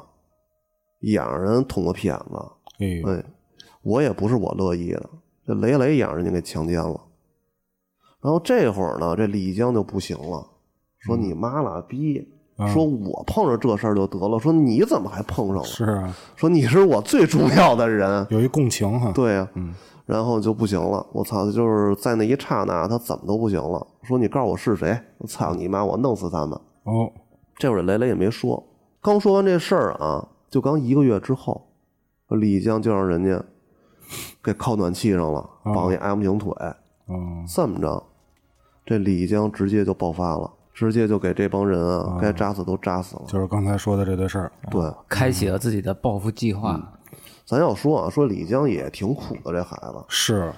也让人捅过骗子，
哎呦，
哎，我也不是我乐意的，这雷雷也让人家给强奸了。然后这会儿呢，这李江就不行了，说你妈了逼，
嗯啊
说我碰着这事儿就得了，说你怎么还碰上了？
是啊，
说你是我最重要的人，
有一嗯共情哈。
对呀、然后就不行了，我操，就是在那一刹那，他怎么都不行了，说你告诉我是谁，我操你妈，我弄死他们。
哦，
这会儿雷雷也没说。刚说完这事儿啊，就刚一个月之后，李江就让人家给铐暖气上了，绑一 M 型腿。
哦，
这么着，这李江直接就爆发了，直接就给这帮人啊，该扎死都扎死了。
就是刚才说的这堆事儿。
对，
开启了自己的报复计
嗯
划，
咱要说啊，说李江也挺苦的，这孩子，
是，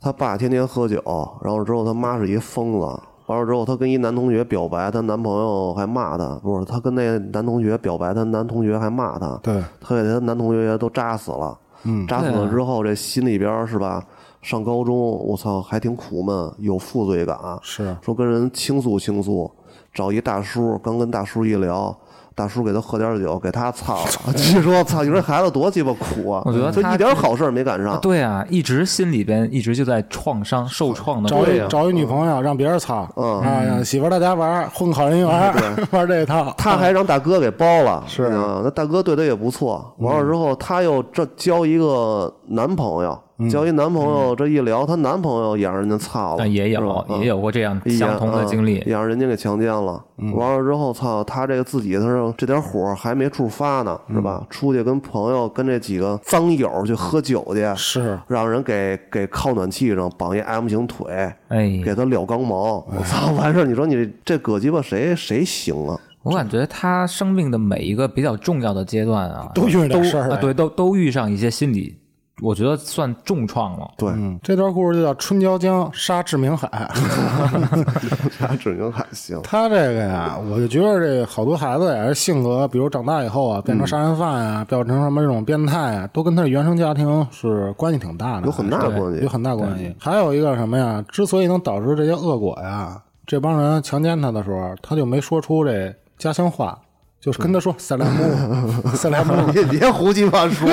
他爸天天喝酒，然后之后他妈是一疯子，完了之后他跟一男同学表白，她男朋友还骂她，不是，她跟那男同学表白，她男同学还骂她，
对，
她给她男同学都扎死了，
嗯
扎死
啊
了之后，这心里边儿是吧？上高中，我操，还挺苦闷，有负罪感，
是，
说跟人倾诉倾诉，找一大叔，刚跟大叔一聊，大叔给他喝点酒，给他操 了。你说操，你说这孩子多鸡巴苦啊！
我觉得
就
他
一点好事儿没赶上。
对啊，一直心里边一直就在创伤、受创的
对
过
呀
程。
呀
找一找一女朋友，让别人操，
嗯
啊，让媳妇儿大家玩儿，混考人缘儿， 玩这一套。
他还让大哥给包了，
是嗯
啊，那大哥对他也不错。完了之后，他又这交一个男朋友，
嗯
交一男朋友，这一聊，她男朋友也让人家操了，
但也
是吧
有
嗯
也有过这样相同的经历
也，让人家给强奸了。
嗯
完了之后，操，他这个自己他说这点火还没处发呢，
嗯
是吧？出去跟朋友跟这几个脏友去喝酒去，
是，
让人给给靠暖气上绑一 M 型腿，
哎，
给他撩肛毛。
哎
我操，完事儿，你说你这搁鸡巴谁谁行啊？
我感觉他生命的每一个比较重要的阶段啊，
都遇着点事儿
啊，
来
对，都都遇上一些心理，我觉得算重创了。
对，
嗯这段故事就叫《春娇江杀志明海》。
他只能还行。
他这个呀，我就觉得这好多孩子也是性格，比如长大以后啊，
嗯
变成杀人犯啊，变成什么这种变态啊，都跟他原生家庭是关系挺大的，
有很大关系
有很大关系。还有一个什么呀？之所以能导致这些恶果呀，这帮人强奸他的时候，啊他就没说出这家乡话，就是跟他说“塞莱 姆，塞莱姆”，
别别胡鸡巴说，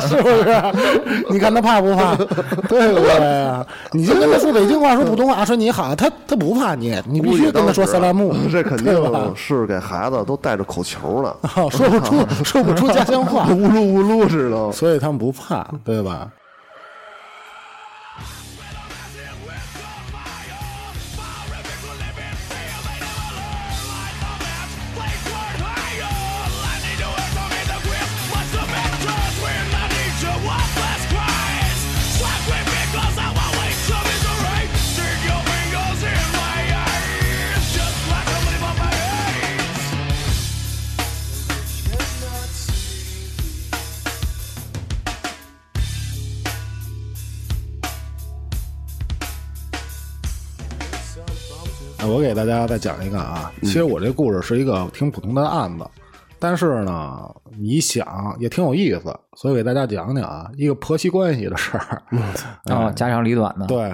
是 不是？你看他怕不怕？对不对呀？你就跟他说北京话，说普通话，啊说你好，他他不怕你，你必须跟他说塞莱姆，
这肯
对吧
定是给孩子都带着口球 呢，
哦，说不 出说不出家乡话，
呜噜呜噜似 的。
所以他们不怕，对吧？哎我给大家再讲一个啊，其实我这故事是一个挺普通的案子，但是呢，你想也挺有意思，所以给大家讲讲啊，一个婆媳关系的事儿。
嗯
啊，家长里短呢，
对，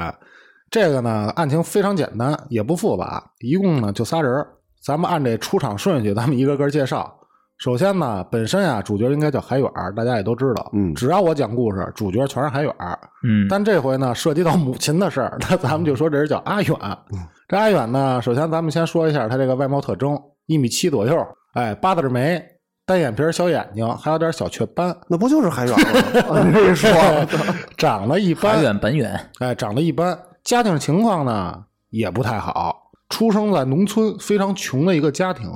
这个呢，案情非常简单，也不复杂，一共呢就仨人儿。咱们按这出场顺序，咱们一个个介绍。首先呢，本身啊，主角应该叫海远儿，大家也都知道。
嗯
只要我讲故事，主角全是海远儿。
嗯，
但这回呢，涉及到母亲的事儿，那咱们就说这人叫阿远。
嗯
这阿远呢，首先咱们先说一下他这个外貌特征：一米七左右，哎，八字眉，单眼皮儿，小眼睛，还有点小雀 斑，
那不就是海远 吗？我啊跟你说，
长得一般
还。远本远，
哎，长得一般，家庭情况呢也不太好，出生在农村非常穷的一个家庭。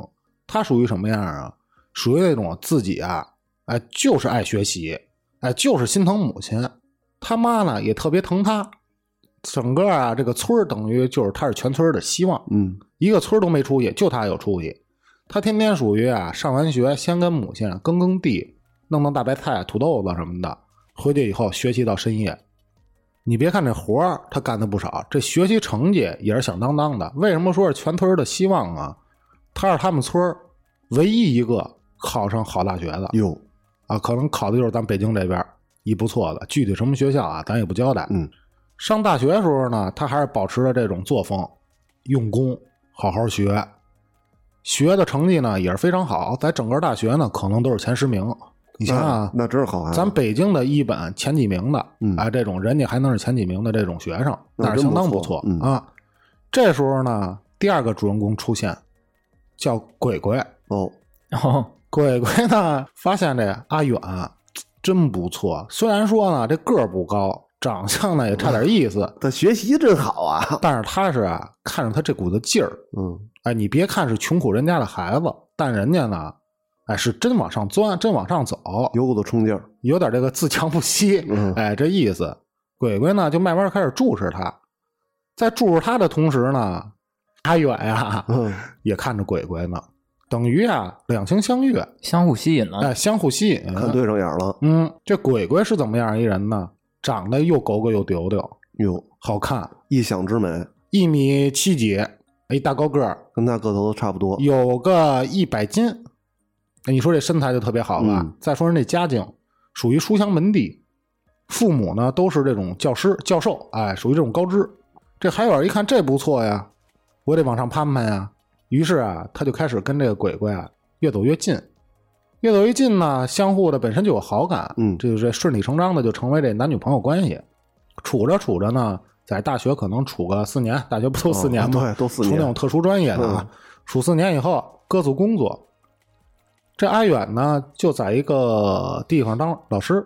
他属于什么样啊？属于那种自己啊，哎，就是爱学习，哎，就是心疼母亲，他妈呢也特别疼他。整个啊，这个村儿等于就是他是全村儿的希望，
嗯，
一个村儿都没出息，就他有出息。他天天属于啊，上完学先跟母亲啊耕耕地，弄弄大白菜、啊土豆子什么的，回去以后学习到深夜。你别看这活儿他干的不少，这学习成绩也是响当当的。为什么说是全村儿的希望啊？他是他们村儿唯一一个考上好大学的
哟，
啊，可能考的就是咱北京这边儿一不错的，具体什么学校啊，咱也不交代。
嗯，
上大学的时候呢，他还是保持着这种作风，用功，好好学，学的成绩呢也是非常好，在整个大学呢可能都是前十名。你想想、啊，
那那真是好孩子，
咱北京的一本前几名的，
嗯
啊，这种人家还能是前几名的这种学生，
那
那是
真
相当
不
错
错嗯
啊。这时候呢，第二个主人公出现，叫鬼鬼。
哦，
然后
鬼鬼呢，发现这阿远啊真不错，虽然说呢这个儿不高，长相呢也差点意思，
他学习真好啊，
但是他是啊，看着他这股子劲儿，
嗯，
哎，你别看是穷苦人家的孩子，但人家呢，哎，是真往上钻，真往上走，
有股子冲劲儿，
有点这个自强不息，
嗯
哎，这意思。鬼鬼呢，就慢慢开始注视他，在注视他的同时呢，阿远呀、
嗯，
也看着鬼鬼呢，等于啊两情相悦，
相互吸引了，
哎，相互吸引。
看啊对上眼儿了，
嗯，这鬼鬼是怎么样一人呢？长得又狗狗又丢丢，
哟，
好看，
一想之美，
一米七几，哎，大高个儿，
跟他个头都差不多，
有个一百斤。哎你说这身材就特别好吧？
嗯
再说人这家境属于书香门第，父母呢都是这种教师、教授，哎，属于这种高知。这海远一看这不错呀，我得往上攀攀呀。于是啊，他就开始跟这个鬼鬼啊越走越近。越走越近呢，相互的本身就有好感，
嗯
这就是顺理成章的就成为这男女朋友关系。处着处着呢，在大学可能处个四年，大学不都四年吗？
嗯哦对，都四
出
年
那种特殊专业的啊，处四年以后各自工作。这阿远呢，就在一个地方当老师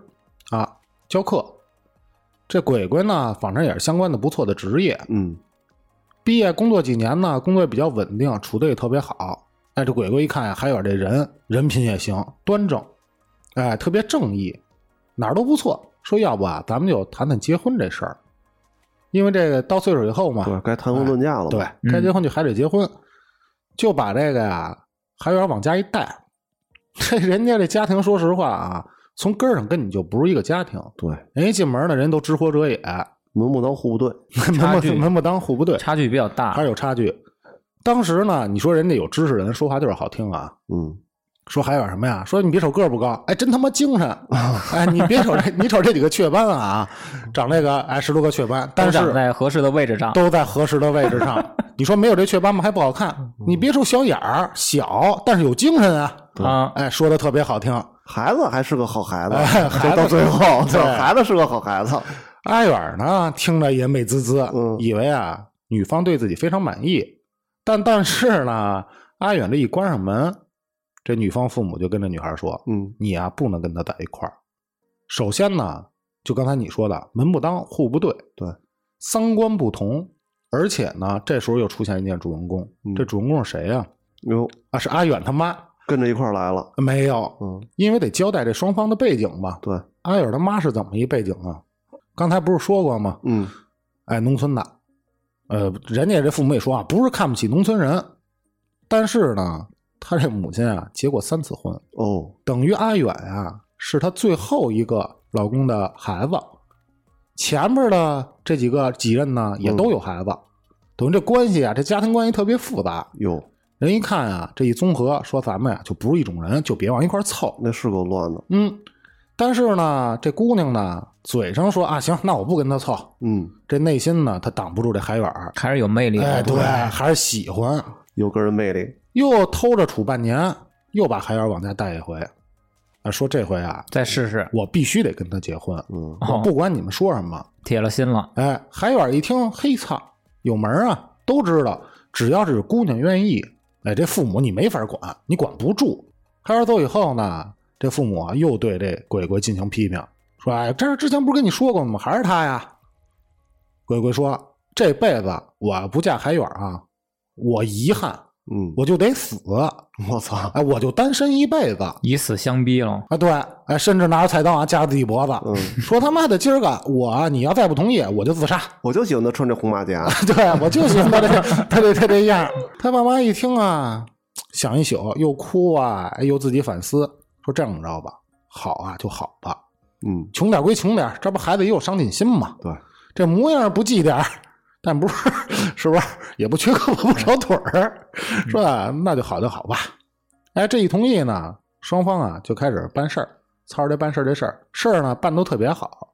啊，教课。这鬼鬼呢，反正也是相关的不错的职业。
嗯，
毕业工作几年呢，工作也比较稳定，处的也特别好。哎，这鬼鬼一看呀，还有这人，人品也行，端正，哎，特别正义，哪儿都不错。说要不啊，咱们就谈谈结婚这事儿，因为这个到岁数以后嘛，
对，该谈婚论嫁了嘛。
对，该
嗯
结婚就还得结婚，就把这个呀海远往家一带。 这人家这家庭，说实话啊，从根儿上跟你就不是一个家庭。
对，
人家进门呢，人都知火者也，
门不当户不对，
门
差
不
距
门不当户不对，
差距比较大
还。是有差距。当时呢，你说人家有知识的人说话就是好听啊，
嗯，
说还有什么呀？说你别瞅个儿不高，哎，真他妈精 神！哎，你别瞅这，你瞅这几个雀斑啊，长这个哎十多个雀斑，但
都
是
长在合适的位置上，
都在合适的位 置上。你说没有这雀斑吗？还不好
嗯
看。你别说小眼儿小，但是有精神啊！
啊
哎，说的特别好听。
孩子还是个好孩子，
哎孩
这
子
到最后，
对
对，孩子是个好孩子。
阿远呢，听着也美滋滋，
嗯
以为啊女方对自己非常满意，但但是呢，阿远这一关上门，这女方父母就跟这女孩说：“
嗯
你啊不能跟他在一块儿。首先呢，就刚才你说的，门不当户不对，
对，
三观不同，而且呢，这时候又出现一件主人公，
嗯
这主人公是谁呀、
哟，
啊，是阿远他妈。
跟着一块儿来了。
没有，
嗯，
因为得交代这双方的背景吧。
对，
阿远他妈是怎么一背景啊？刚才不是说过吗？
嗯，
哎，农村的，呃，人家这父母也说啊，不是看不起农村人，但是呢，他这母亲啊结过三次婚，
哦，
等于阿远啊是她最后一个老公的孩子，前面的这几个几任呢也都有孩子，等于这关系啊，这家庭关系特别复杂。
哟，
人一看啊，这一综合，说咱们呀、就不是一种人，就别往一块儿凑。
那是够乱的。
嗯，但是呢，这姑娘呢，嘴上说啊，行，那我不跟他凑，
嗯，
这内心呢，她挡不住这海远儿，
还是有魅力的。
哎，对，还是喜欢，
有个人魅力。
又偷着处半年，又把海远往家带一回，啊，说这回啊，
再试试，
我必须得跟他结婚，
嗯，
我
哦
不管你们说什么，
铁了心了。
哎，海远一听，嘿操，有门儿啊，都知道，只要是姑娘愿意，哎，这父母你没法管，你管不住。海远走以后呢，这父母啊又对这鬼鬼进行批评，说，哎，这之前不是跟你说过吗？还是他呀？鬼鬼说，这辈子我要不嫁海远啊，我遗憾，
嗯，
我就得死，
我操，
哎，我就单身一辈子。啊
以死相逼了，
啊，对，哎，甚至拿着菜刀啊架自己脖子，
嗯
说他妈的今儿个我啊你要再不同意，我就自杀。
我就喜欢他穿这红马甲。
对，啊我就喜欢他这他这他这样儿。他爸妈一听啊，想一宿，又哭啊，哎又自己反思，说这么着吧，好啊就好吧，
嗯，
穷点儿归穷点儿，这不孩子也有伤尽心吗？
对，
这模样不济点儿，但不是是不是也不缺胳膊不少腿儿，是吧？那就好就好吧。哎，这一同意呢，双方啊就开始办事儿，操着这办事儿这事儿，事儿呢办都特别好。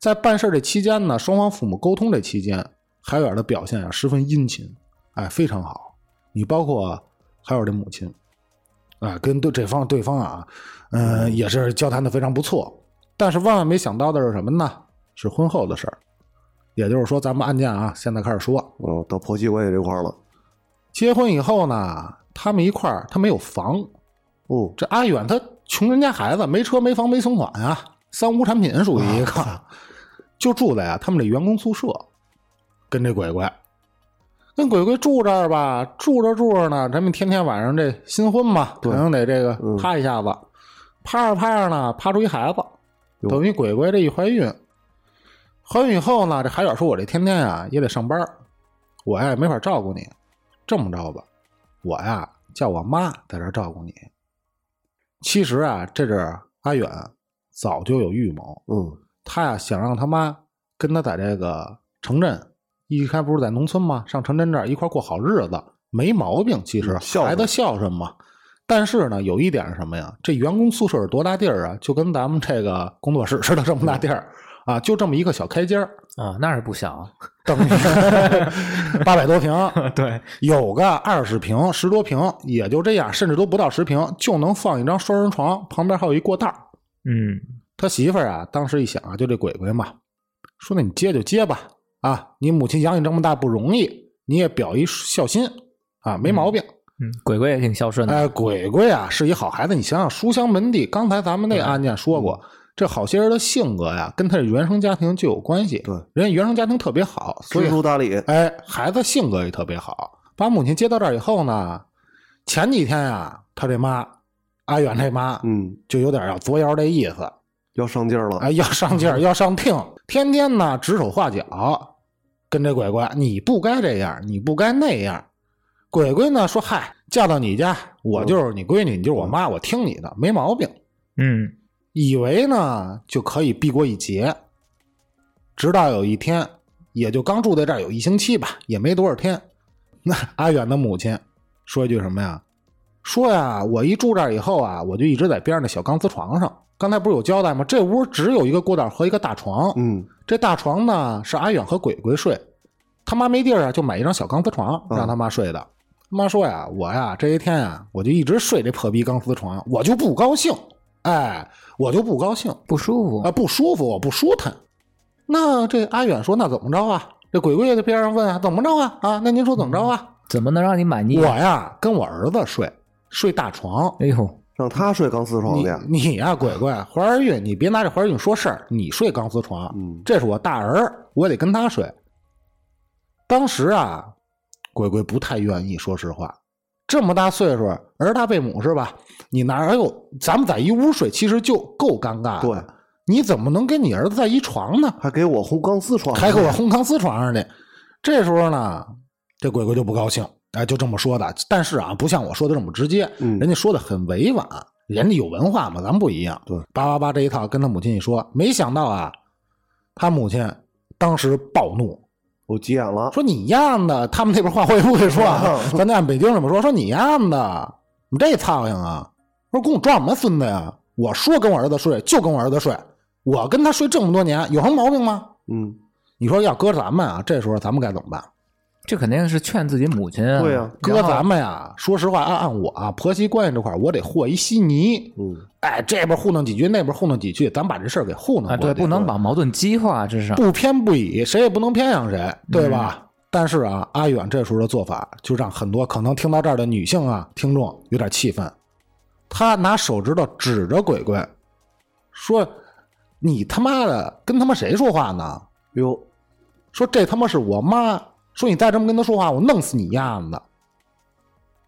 在办事儿这期间呢，双方父母沟通这期间，海远的表现啊十分殷勤，哎，非常好。你包括海远的母亲，啊，跟对这方对方啊，嗯、也是交谈的非常不错。但是万万没想到的是什么呢？是婚后的事儿，也就是说，咱们案件啊，现在开始说，
哦，到婆媳关系这块儿了。
结婚以后呢，他们一块儿，他没有房，
哦，
这阿远他穷人家孩子，没车没房没存款啊，三无产品属于一个，
啊
就住在啊他们这员工宿舍，跟这鬼鬼，跟鬼鬼住这儿吧，住着住着呢，咱们天天晚上这新婚嘛，肯定得这个
嗯
趴一下子，趴着趴着呢，趴出一孩子，
哟
等于鬼鬼这一怀孕，怀孕以后呢，这海远说我这天天啊也得上班儿，我呀也没法照顾你，这么着吧，我呀叫我妈在这儿照顾你。其实啊，这阵儿阿远早就有预谋，
嗯，
他呀想让他妈跟他在这个城镇，一开不是在农村吗？上城镇这儿一块儿过好日子，没毛病。其实
嗯孝顺
孩子孝顺嘛。但是呢，有一点是什么呀？这员工宿舍是多大地儿啊？就跟咱们这个工作室似的，这么大地儿
嗯
啊，就这么一个小开间儿，
啊，那是不小，
等 于 八百多平，
对，
有个二十平、十多平，也就这样，甚至都不到十平，就能放一张双人床，旁边还有一过道儿。
嗯，
他媳妇儿啊，当时一想啊，就这鬼鬼嘛，说那你接就接吧，啊，你母亲养你这么大不容易，你也表一孝心啊，没毛病。
嗯，鬼鬼也挺孝顺的，
哎，鬼鬼啊是一好孩子，你想想书香门第，刚才咱们那个案件说过，
嗯
这好些人的性格呀，跟他的原生家庭就有关系。
对，
人家原生家庭特别好，所以
知书达理，
哎，孩子性格也特别好。把母亲接到这儿以后呢，前几天呀、他这妈阿远这妈，
嗯，
就有点要作妖这意思，
要上劲儿了，
哎，要上劲儿，要上听，天天呢指手画脚，跟这鬼鬼，你不该这样，你不该那样。鬼鬼呢说，嗨，嫁到你家，我就是你闺女，你就是我妈，我听你的，没毛病。
嗯
以为呢就可以避过一劫。直到有一天，也就刚住在这儿有一星期吧，也没多少天。那阿远的母亲说一句什么呀？说呀，我一住这儿以后啊，我就一直在边上的小钢丝床上。刚才不是有交代吗？这屋只有一个过道和一个大床。
嗯，
这大床呢是阿远和鬼鬼睡，他妈没地儿啊，就买一张小钢丝床
嗯
让他妈睡的。他妈说呀，我呀这些天啊，我就一直睡这破逼钢丝床，我就不高兴，哎，我就不高兴，
不舒服
啊，，不舒服，我不舒坦。那这阿远说，那怎么着啊？这鬼鬼也在边上问啊，怎么着啊？啊，那您说怎么着啊？
怎么能让你满
嗯
意？
我呀跟我儿子睡，睡大床。
哎呦，
让他睡钢丝床
你
去，
你呀、鬼鬼，怀儿玉，你别拿这怀儿玉说事儿。你睡钢丝床，
嗯，
这是我大儿，我得跟他睡。当时啊，鬼鬼不太愿意，说实话，这么大岁数，儿大被母是吧？你哪哎呦，咱们在一屋睡，其实就够尴尬。
对，
你怎么能跟你儿子在一床呢？
还给我轰钢丝床，
还给我轰钢丝床上去。这时候呢，这鬼鬼就不高兴，哎，就这么说的。但是啊，不像我说的这么直接，
嗯
人家说的很委婉，人家有文化嘛，咱们不一样。
对，
叭叭叭这一套跟他母亲一说，没想到啊，他母亲当时暴怒，
我急眼了，
说你样的，他们那边话会不会说啊？
哦
咱就按北京这么说，说你样的，你这苍蝇啊！我说跟我装什么孙子呀？我说跟我儿子睡就跟我儿子睡，我跟他睡这么多年，有什么毛病吗？
嗯，
你说要搁咱们啊，这时候咱们该怎么办？
这肯定是劝自己母亲啊，
对呀，
嗯搁咱们呀，说实话，按按我啊，婆媳关系这块儿，我得和一稀泥。
嗯，
哎，这边糊弄几句，那边糊弄几句，咱把这事儿给糊弄
啊，
过
对，
去
不能把矛盾激化，这是，
不偏不倚，谁也不能偏向谁，
嗯
对吧？但是啊，阿远这时候的做法，就让很多可能听到这儿的女性啊听众有点气愤。他拿手指头指着鬼鬼，说：“你他妈的跟他妈谁说话呢？
哟，
说这他妈是我妈，说你再这么跟她说话，我弄死你丫的！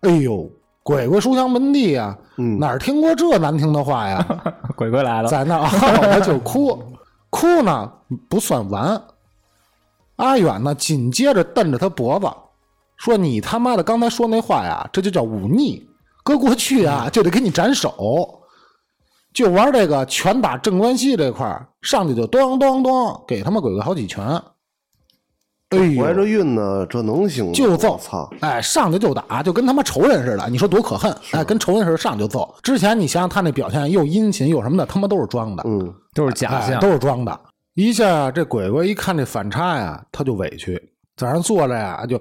哎呦，鬼鬼书香门第呀，
嗯，
哪儿听过这难听的话呀？
鬼鬼来了，
在那儿 嗷嗷的就哭，哭呢不算完，阿远呢紧接着瞪着他脖子，说你他妈的刚才说那话呀，这就叫忤逆，搁过去啊就得给你斩首。就玩这个拳打镇关西这块儿，上去就咚咚咚给他们鬼鬼好几拳。哎
怀着
呦，
孕呢，这能行吗？
就揍
我操，
哎，上去就打，就跟他妈仇人似的，你说多可恨！哎，跟仇人似的上就揍。之前你想想他那表现，又殷勤又什么的，他妈都是装的，
嗯，
都是假
哎
象，
都是装的。一下这鬼鬼一看这反差呀，他就委屈，在那坐着呀就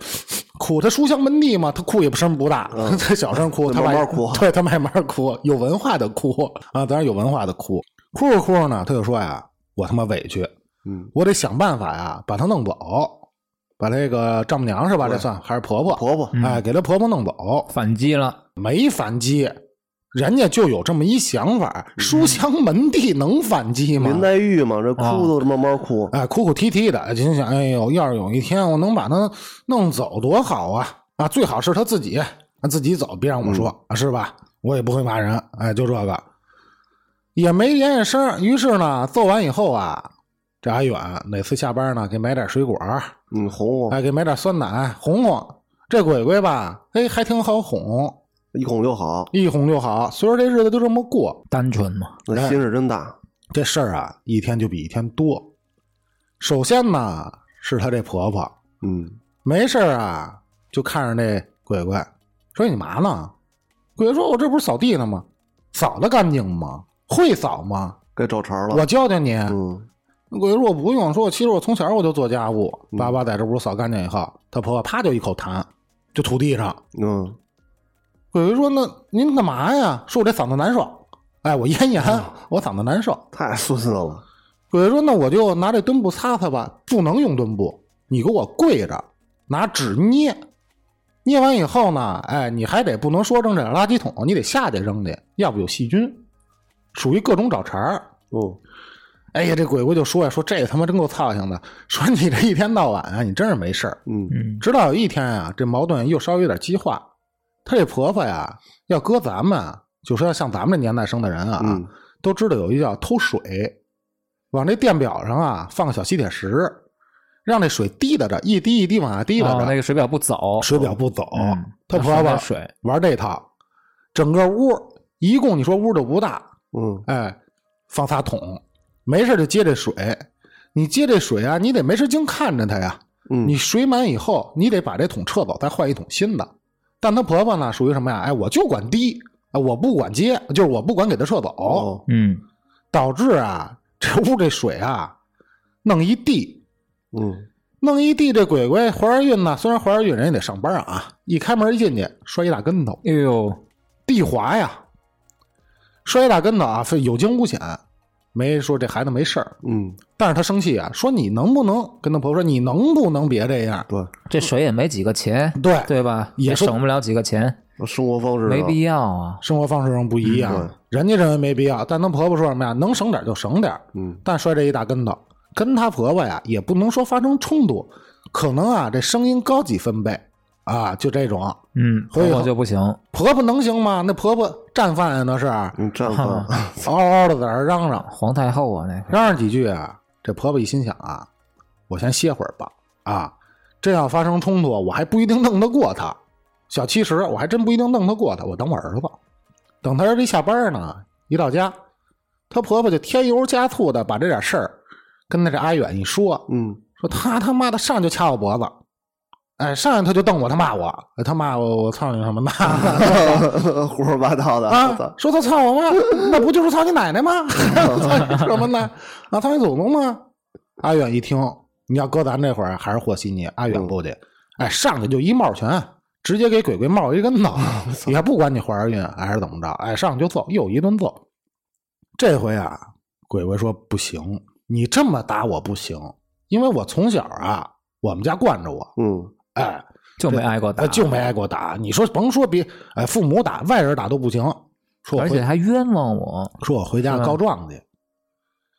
哭。他书香门第嘛，他哭也不声不大， 他小声哭，
就
他
嗯慢慢
外
哭
对他慢慢哭，有文化的哭啊，当然有文化的哭。哭着哭着呢，他就说呀，我他妈委屈，
嗯，
我得想办法呀，把她弄走，把这个丈母娘是吧？
对
这算还是婆婆？
婆婆，
嗯
哎，给她婆婆弄走，
反击了，
没反击，人家就有这么一想法，书香门第能反击吗？
林黛玉嘛，这哭都是慢慢哭，
哎，哭哭啼啼的，心想，哎呦，要是有一天我能把他弄走多好啊！啊，最好是他自己，啊自己走，别让我说，啊是吧？我也不会骂人，哎，就这个，也没言语声。于是呢，揍完以后啊，这阿远哪次下班呢，给买点水果，
嗯，哄哄，
哎，给买点酸奶哄哄。这鬼鬼吧，哎，还挺好哄，
一哄就好，
一哄就好。所以说这日子就这么过，
单纯嘛，
那心是真大，
这事儿啊，一天就比一天多。首先呢，是她这婆婆
嗯，
没事儿啊，就看着这鬼鬼说：“你嘛呢？”鬼鬼说：“我这不是扫地呢吗？扫的干净吗？会扫吗？
该找茬了，
我教教你。
嗯，
鬼子说我不用，说我其实我从小我就做家务，叭叭在这屋扫干净以后，他婆婆啪就一口痰就吐地上。
嗯，
鬼子说那您干嘛呀？说我这嗓子难受，哎，我咽炎，
嗯
我嗓子难受。
太孙子了，
鬼子说那我就拿这墩布擦擦吧，不能用墩布，你给我跪着，拿纸捏，捏完以后呢，哎，你还得不能说扔这垃圾桶，你得下去扔去，要不有细菌，属于各种找茬儿。
哦，
哎呀，这鬼鬼就说呀，说这他妈真够操心的，说你这一天到晚啊，你真是没事儿。
嗯
嗯，
直到有一天啊，这矛盾又稍微有点激化，她这婆婆呀，要搁咱们啊，就说要像咱们这年代生的人啊，
嗯
都知道有一叫偷水，往这电表上啊放个小吸铁石，让这水滴答着，一滴一滴往下滴答着，
哦那个水表不走，
啊水表不走。
嗯
她
那
婆
放
婆
点水
玩这套，整个屋一共你说屋都不大，
嗯
哎，放仨桶，没事就接这水。你接这水啊，你得没事净看着它呀。
嗯，
你水满以后，你得把这桶撤走，再换一桶新的。但她婆婆呢，属于什么呀？哎，我就管滴，哎我不管接，就是我不管给它撤走，
哦，
嗯，
导致啊，这屋这水啊，弄一地，
嗯
弄一地。这鬼鬼怀着孕呢，虽然怀着孕，人家得上班啊，一开门一进去摔一大跟头，
哎呦，
地滑呀，摔一大跟头啊，非有惊无险，没说这孩子没事儿。
嗯，
但是他生气啊，说你能不能跟他婆婆说，你能不能别这样？
对，
这水也没几个钱，
对
对吧？
也
也
是
省不了几个钱，
生活方式
没必
要，
要啊。
生活方式上不一样，
嗯
人家认为没必要，但她婆婆说什么呀？能省点就省点，
嗯
但摔这一大跟头，跟她婆婆呀也不能说发生冲突，可能啊这声音高几分贝啊，就这种
嗯，
所以
婆
好
婆就不行，
婆婆能行吗？那婆婆战犯啊呀那是，
嗯，绽放，
嗷嗷的在那儿嚷嚷，
皇太后啊，那个
嚷嚷几句啊，这婆婆一心想啊，我先歇会儿吧，啊，真要发生冲突，我还不一定弄得过她。小七十，我还真不一定弄得过她，我等我儿子。等她儿子一下班呢，一到家，她婆婆就添油加醋的把这点事儿跟那这阿远一说，
嗯
说他他妈的上去就掐我脖子，哎，上去他就瞪我，他骂我，哎他骂我，我操你什么的
胡说八道的，我
啊
操，
说他操我妈，那不就是操你奶奶吗？操你什么呢？啊，操你祖宗吗？阿远一听，你要搁咱这会儿还是和稀泥，阿远不去，哎，上去就一帽拳，直接给鬼鬼帽一跟头，也不管你怀着孕还是怎么着，哎，上去就揍，又一顿揍。这回啊，鬼鬼说不行，你这么打我不行，因为我从小啊，我们家惯着我，
嗯
哎，
就没挨过打，
哎就没挨过打。你说甭说别，哎，父母打，外人打都不行。说我
而
回
且还冤枉我。
说我回家
是吧
告状去，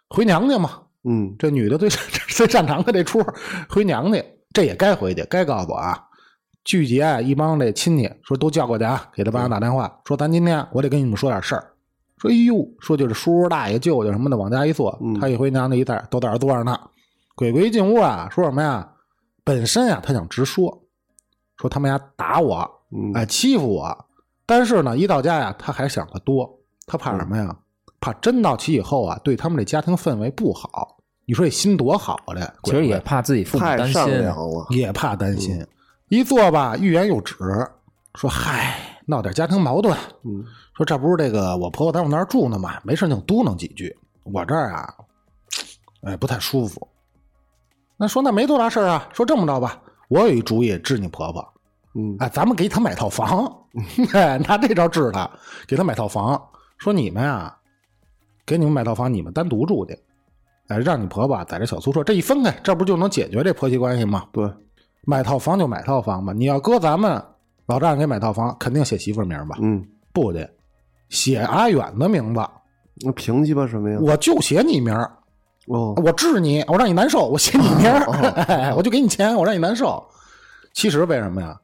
回娘家嘛。
嗯
这女的最 最擅长的这出，回娘家，这也该回去，该告诉我啊。聚集啊，一帮这亲戚说都叫过去啊，给他爸打电
嗯
话，说咱今天我得跟你们说点事儿。说哎呦，说就是叔叔大爷舅舅什么的往家一坐，
嗯
他一回娘家一带都在这儿坐着呢。鬼鬼一进屋啊，说什么呀？本身啊，他想直说，说他们家打我，
嗯，
哎，，欺负我。但是呢，一到家呀，他还想得多，他怕什么呀？
嗯
怕真到齐以后啊，对他们这家庭氛围不好。你说这心多好啊，这
其实也嗯
鬼
怕自己父母
太
担
善
心，
良了，
鬼也怕担心，一坐吧欲言又止，说嗨，闹点家庭矛盾。
嗯
说这不是这个我婆婆在我那儿住呢嘛，没事净嘟囔几句。我这儿啊，哎，不太舒服。那说那没多大事儿啊，说这么着吧，我有一主意治你婆婆。
嗯
哎，咱们给他买套房， 哎，拿这招治他，给他买套房，说你们啊，给你们买套房，你们单独住去，哎，让你婆婆在这小宿舍，这一分开，这不就能解决这婆媳关系吗？
对，
买套房就买套房吧，你要搁咱们老丈人给买套房，肯定写媳妇儿名儿吧？
嗯，
不得写阿远的名字，
那凭鸡巴什么呀？
我就写你名儿，
哦，
我治你，我让你难受，我写你名儿、哎， 我就给你钱，我让你难受。其实为什么呀？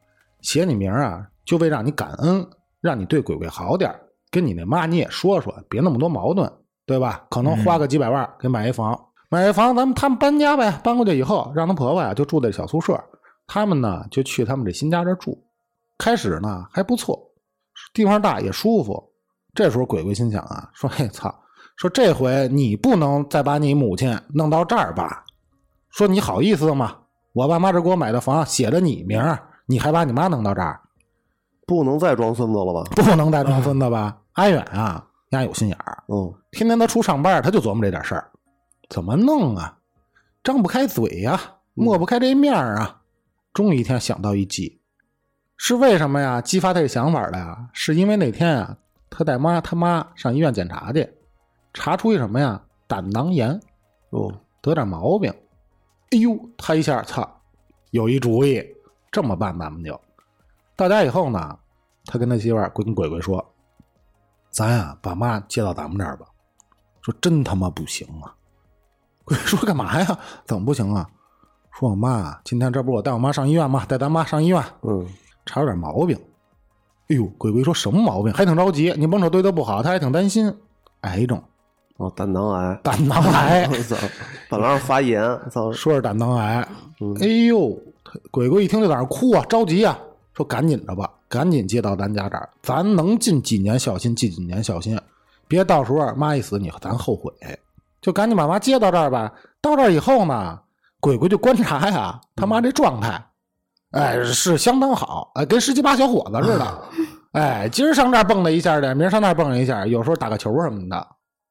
写你名儿啊，就为让你感恩，让你对鬼鬼好点儿跟你那妈你也说说，别那么多矛盾，对吧？可能花个几百万儿给买一房，买一房，咱们他们搬家呗，搬过去以后，让他婆婆呀、就住在小宿舍，他们呢就去他们这新家这儿住。开始呢还不错，地方大也舒服。这时候鬼鬼心想啊，说嘿操，说这回你不能再把你母亲弄到这儿吧？说你好意思吗？我爸妈这给我买的房啊写着你名儿，你还把你妈弄到这儿，
不能再装孙子了吧？
不能再装孙子吧？阿远啊，丫有心眼儿，
嗯
天天他出上班，他就琢磨这点事儿，怎么弄啊？张不开嘴呀、抹不开这面儿啊。终于一天想到一计，是为什么呀？激发他这想法的呀？是因为那天啊，他带妈他妈上医院检查去，查出一什么呀？胆囊炎，
哦，
得点毛病。哎呦，他一下操，有一主意，这么办咱们就到家以后呢，他跟他媳妇儿跟鬼鬼说：“咱呀、把妈接到咱们这儿吧。”说真他妈不行啊！鬼鬼说干嘛呀？怎么不行啊？说我妈今天这不是我带我妈上医院吗？带咱妈上医院，
嗯，
查出点毛病。哎呦，鬼鬼说什么毛病？还挺着急。你甭瞅对她不好，她还挺担心，癌症、
哦，胆囊癌，
胆囊癌。
我 操，胆囊发炎，操，
说是胆囊癌。哎呦，他鬼鬼一听就在那儿哭啊，着急啊，说赶紧着吧，赶紧接到咱家这儿，咱能尽几年孝心，尽几年孝心，啊别到时候啊妈一死你咱后悔，就赶紧把妈接到这儿吧。到这儿以后呢，鬼鬼就观察呀，他妈这状态，哎，是相当好，哎，跟十七八小伙子似 的，哎，今儿上这儿蹦了一下的，明儿上那儿蹦了一下，有时候打个球什么的，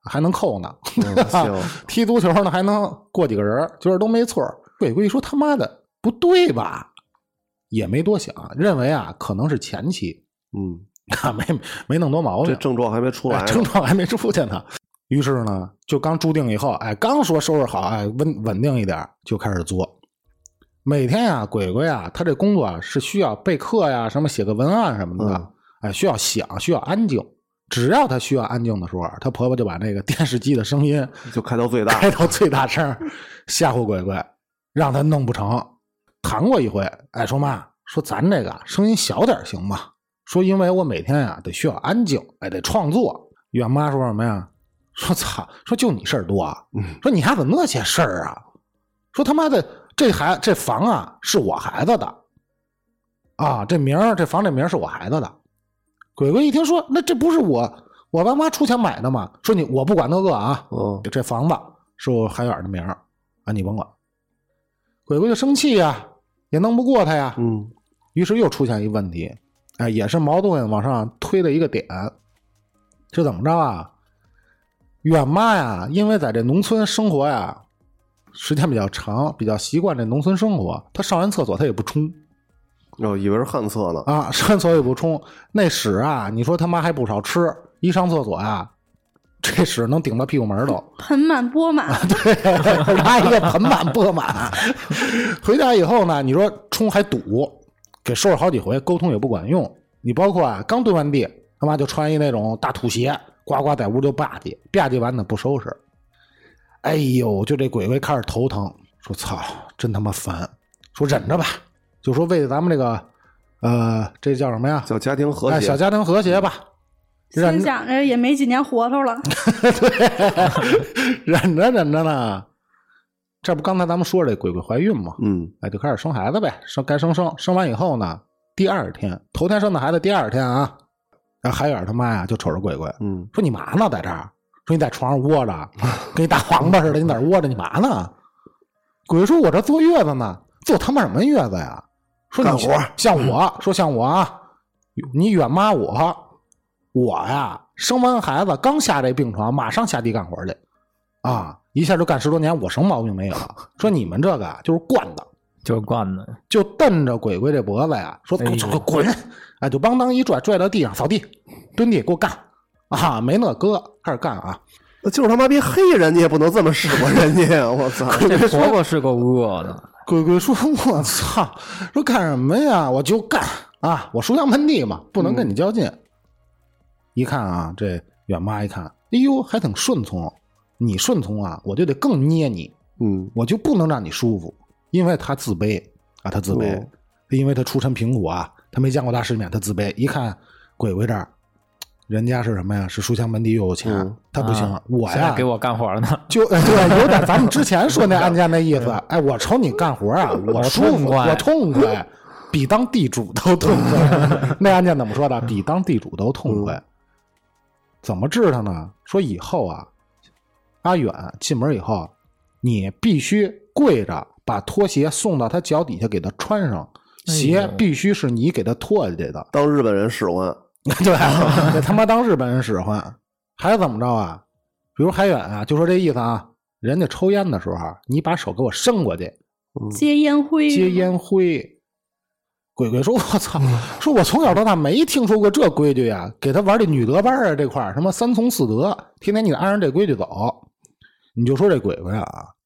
还能扣呢。
嗯行，
踢足球呢还能过几个人儿，觉得都没错儿。鬼鬼一说他妈的不对吧，也没多想，认为啊可能是前期，
嗯，
啊没没弄多毛
这啊
病，
症状还没出来
哎
呢，
症状还没出去呢。于是呢，就刚注定以后，哎，刚说收拾好，哎，稳稳定一点，就开始作。每天呀、鬼鬼啊，他这工作啊是需要备课呀，什么写个文案什么的，
嗯
哎，需要想，需要安静。只要他需要安静的时候，她婆婆就把那个电视机的声音
就开到最大，
开到最大声儿，吓唬鬼鬼，让他弄不成。谈过一回，哎，说妈，说咱这个声音小点儿行吗？说因为我每天啊得需要安静，哎，得创作。远妈说什么呀？说操，说就你事儿多啊，
嗯
说你还怎么那些事儿啊？说他妈的这孩这房啊是我孩子的，啊，这名儿这房这名儿是我孩子的。鬼鬼一听说，那这不是我我爸妈出钱买的吗？说你我不管那个啊，
嗯，
这房子是我韩远的名儿啊，你甭管。鬼鬼就生气呀、也弄不过他呀，
嗯，
于是又出现一问题，哎，也是矛盾往上推的一个点，是怎么着啊？远妈呀，因为在这农村生活呀，时间比较长，比较习惯这农村生活，她上完厕所她也不冲
哦，以为是旱厕呢，
啊， 上完厕所也不冲，那屎啊，你说他妈还不少吃，一上厕所啊，这屎能顶到屁股门儿都。
盆满钵满，
啊 拉一个盆满钵满。回家以后呢，你说冲还堵，给收拾好几回，沟通也不管用。你包括啊，刚蹲完地，他妈就穿一那种大土鞋，呱呱在屋就吧唧，吧唧完呢不收拾。哎呦，就这鬼鬼开始头疼，说操，真他妈烦，说忍着吧，就说为了咱们这个，呃，这叫什么呀？
叫家庭和
哎，
谐，
小家庭和谐吧。 忍
心想着也没几年活头 了。
忍着忍着呢，这不刚才咱们说这鬼鬼怀孕吗？
嗯，
哎，就开始生孩子呗，生该生生，生完以后呢，第二天，头天生的孩子，第二天啊，然后海远他妈呀就瞅着鬼鬼
嗯，
说：“你嘛呢，在这儿？说你在床上窝着，跟一大黄瓜似的，你在这儿窝着，你嘛呢？”鬼鬼说：“我这坐月子呢，坐他妈什么月子呀？说你
干活嗯
像我说像我啊，你远妈我，我呀生完孩子刚下这病床，马上下地干活去，啊，一下就干十多年，我什么毛病没有？说你们这个啊就是惯的。”
就是惯的，
就瞪着鬼鬼这脖子呀，说
哎呦
滚滚滚，哎，就邦当一拽，拽到地上扫地，蹲地给我干啊！没那哥，开始干啊！
那就是他妈逼黑人，你也不能这么使唤人家呀， 我操，
这婆婆是够恶的，
鬼鬼说：“ 我操，说干什么呀？我就干啊！我书香门第嘛，不能跟
嗯
你较劲。一看啊，这远妈一看，哎呦，还挺顺从。哦你顺从啊，我就得更捏你，
嗯，
我就不能让你舒服，因为他自卑啊，他自卑，
哦
因为他出身贫苦啊，他没见过大世面，他自卑。一看鬼鬼这儿，人家是什么呀？是书香门第又有钱，
嗯
他不行，
啊
我
现
哎呀
在给我干活呢，
就 哎对，有点咱们之前说那案件那 意思。哎，我瞅你干活啊，我舒
痛
服，
快
我痛快，比当地主都痛快。 那案件怎么说的？嗯比当地主都痛快。怎么治他呢？说以后啊，阿远进门以后，你必须跪着把拖鞋送到他脚底下，给他穿上。鞋必须是你给他脱下 去的，
当日本人使唤，
对，给他妈当日本人使唤，还是怎么着啊？比如海远啊，就说这意思啊，人家抽烟的时候，啊你把手给我伸过去，
嗯
接烟灰，
接烟灰。鬼鬼说：“ 我操，说我从小到大没听说过这规矩啊！给他玩这女德班啊，这块儿什么三从四德，天天你得按照这规矩走。你就说这鬼鬼啊，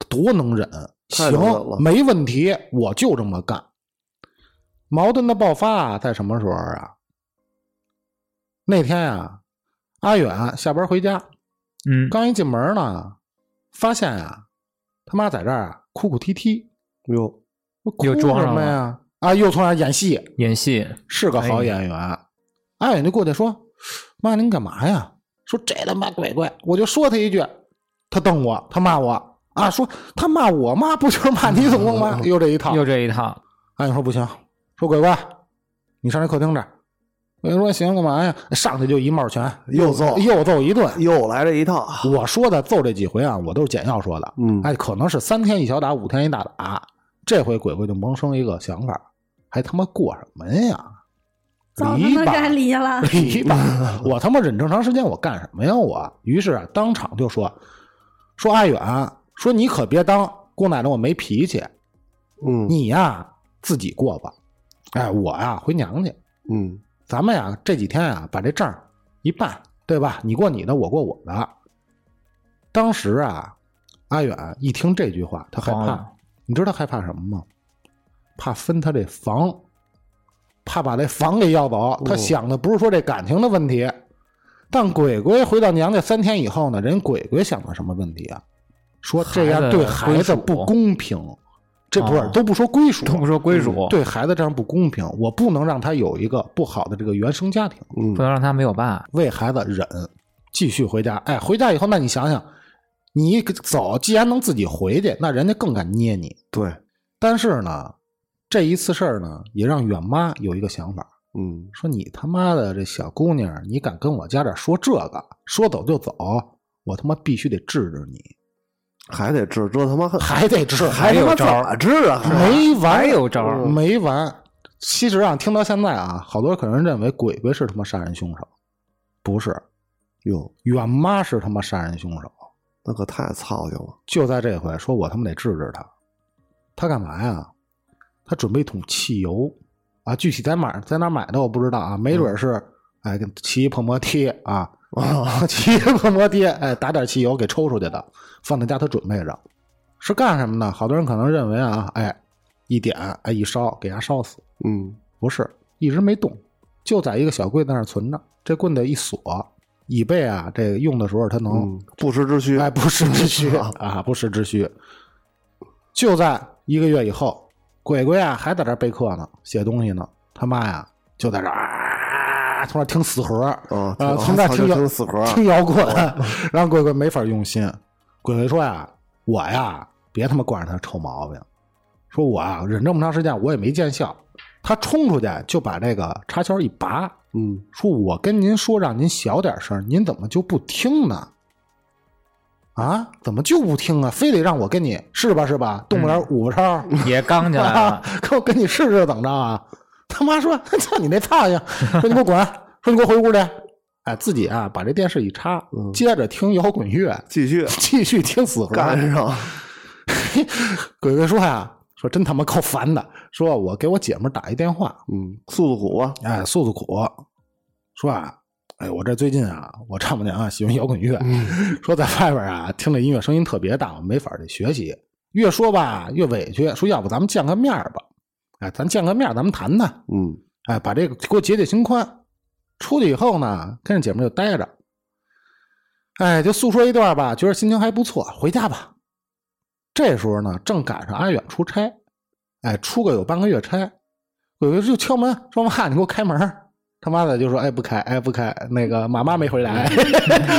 多能忍，
太
行
能忍了，
没问题，我就这么干。矛盾的爆发啊在什么时候啊？那天啊，阿远啊下班回家，
嗯，
刚一进门呢，发现啊，他妈在这儿啊哭哭啼啼，
哟，
哭
又装
什
上
么呀？啊，又从那儿演戏，
演戏，
是个好
哎
演员。阿远就过去说：“妈，您干嘛呀？”说这他妈鬼鬼，我就说他一句，他瞪我，他骂我啊，说他骂我妈不就是骂你总共吗？又这一套。
嗯又这一套，
阿远说不行，说鬼鬼，你上这客厅这儿。鬼鬼说行，干嘛呀？上去就一帽拳，
又揍
又揍一顿。
又来这一套，
我说的揍这几回啊，我都是简要说的。
嗯
哎，可能是三天一小打，五天一大打。这回鬼鬼就萌生一个想法，还他妈过什么呀？
早他
篱
妈啊
笆
该离了。
离吧！我他妈忍这么长时间，我干什么呀？我于是啊，当场就说说阿远，说你可别当姑奶奶我没脾气，
嗯
你呀、自己过吧。哎，我呀、回娘家，
嗯
咱们呀这几天啊把这账一办，对吧？你过你的，我过我的。当时啊，阿远一听这句话，他害
慌
怕
了，
你知道害怕什么吗？怕分他这房，怕把这房给要
哦
走。他想的不是说这感情的问题，但鬼鬼回到娘家三天以后呢，人鬼鬼想的什么问题啊？说这样
孩子
对孩子
归属
不公平，这不是、
哦
都不说归属，啊
都不说归属，
嗯对孩子这样不公平，我不能让他有一个不好的这个原生家庭，
嗯
不能让他没有爸，
为孩子忍，继续回家。哎，回家以后，那你想想，你走，既然能自己回去，那人家更敢捏你。
对，
但是呢，这一次事儿呢，也让远妈有一个想法，
嗯
说你他妈的这小姑娘，你敢跟我家这儿说这个，说走就走，我他妈必须得治治你，
还得治这他妈还
还得治，
还他妈怎么治啊？
没完，
还有招儿
没完。其实啊，听到现在啊，好多人可能认为鬼鬼是他妈杀人凶手，不是，
哟，
远妈是他妈杀人凶手。
那可太操心了，
就在这回，说我他妈得治治他，他干嘛呀？他准备一桶汽油啊，具体在哪儿在哪儿买的我不知道啊，没准是、哎跟骑一碰摩贴啊， 骑一碰摩贴哎打点汽油给抽出去的，放在家他准备着，是干什么呢？好多人可能认为啊，哎一点哎一烧给人家烧死，
嗯
不是，一直没动，就在一个小柜子那儿存着。这棍子一锁，以备啊，这个用的时候它能、
嗯，不时之需，
哎不时之需
啊
啊，不时之需。就在一个月以后，鬼鬼啊还在这儿备课呢，写东西呢。他妈呀，就在这儿啊，从那儿听死核啊，
啊，
呃
挺
从那儿
操
听
就
摇
听死活，
听摇滚，
啊
让鬼鬼没法用心。鬼鬼说呀，我呀，别他妈惯着他臭毛病，说我啊忍这么长时间，我也没见效。他冲出去就把这个插销一拔，
嗯
说我跟您说让您小点声，您怎么就不听呢？啊，怎么就不听啊？非得让我跟你是吧是吧？动
嗯
不了五个叉，
也刚起 来
啊
了，
跟我跟你试试怎么着啊？他妈说：“ 操你那操性！”说你给我滚！说你给我回屋去！哎，自己啊把这电视一插，
嗯
接着听摇滚乐，
继续
继续听死活。
干上，
鬼鬼说呀、说真他妈够烦的。说我给我姐们儿打一电话，
嗯，诉诉苦吧，
哎，诉诉苦，说啊，哎，我这最近啊，我丈母娘啊喜欢摇滚乐， 说在外边啊听这音乐声音特别大，我没法儿去学习。越说吧越委屈，说要不咱们见个面儿吧？哎，咱见个面儿，咱们谈谈。
嗯
哎，把这个给我解解心宽。出去以后呢，跟着姐们儿就待着，哎，就诉说一段吧，觉得心情还不错，回家吧。这时候呢，正赶上阿远出差，哎，出个有半个月差，鬼鬼就敲门说：“妈，你给我开门儿。”他妈的就说：“哎，不开，哎，不开，那个妈妈没回来，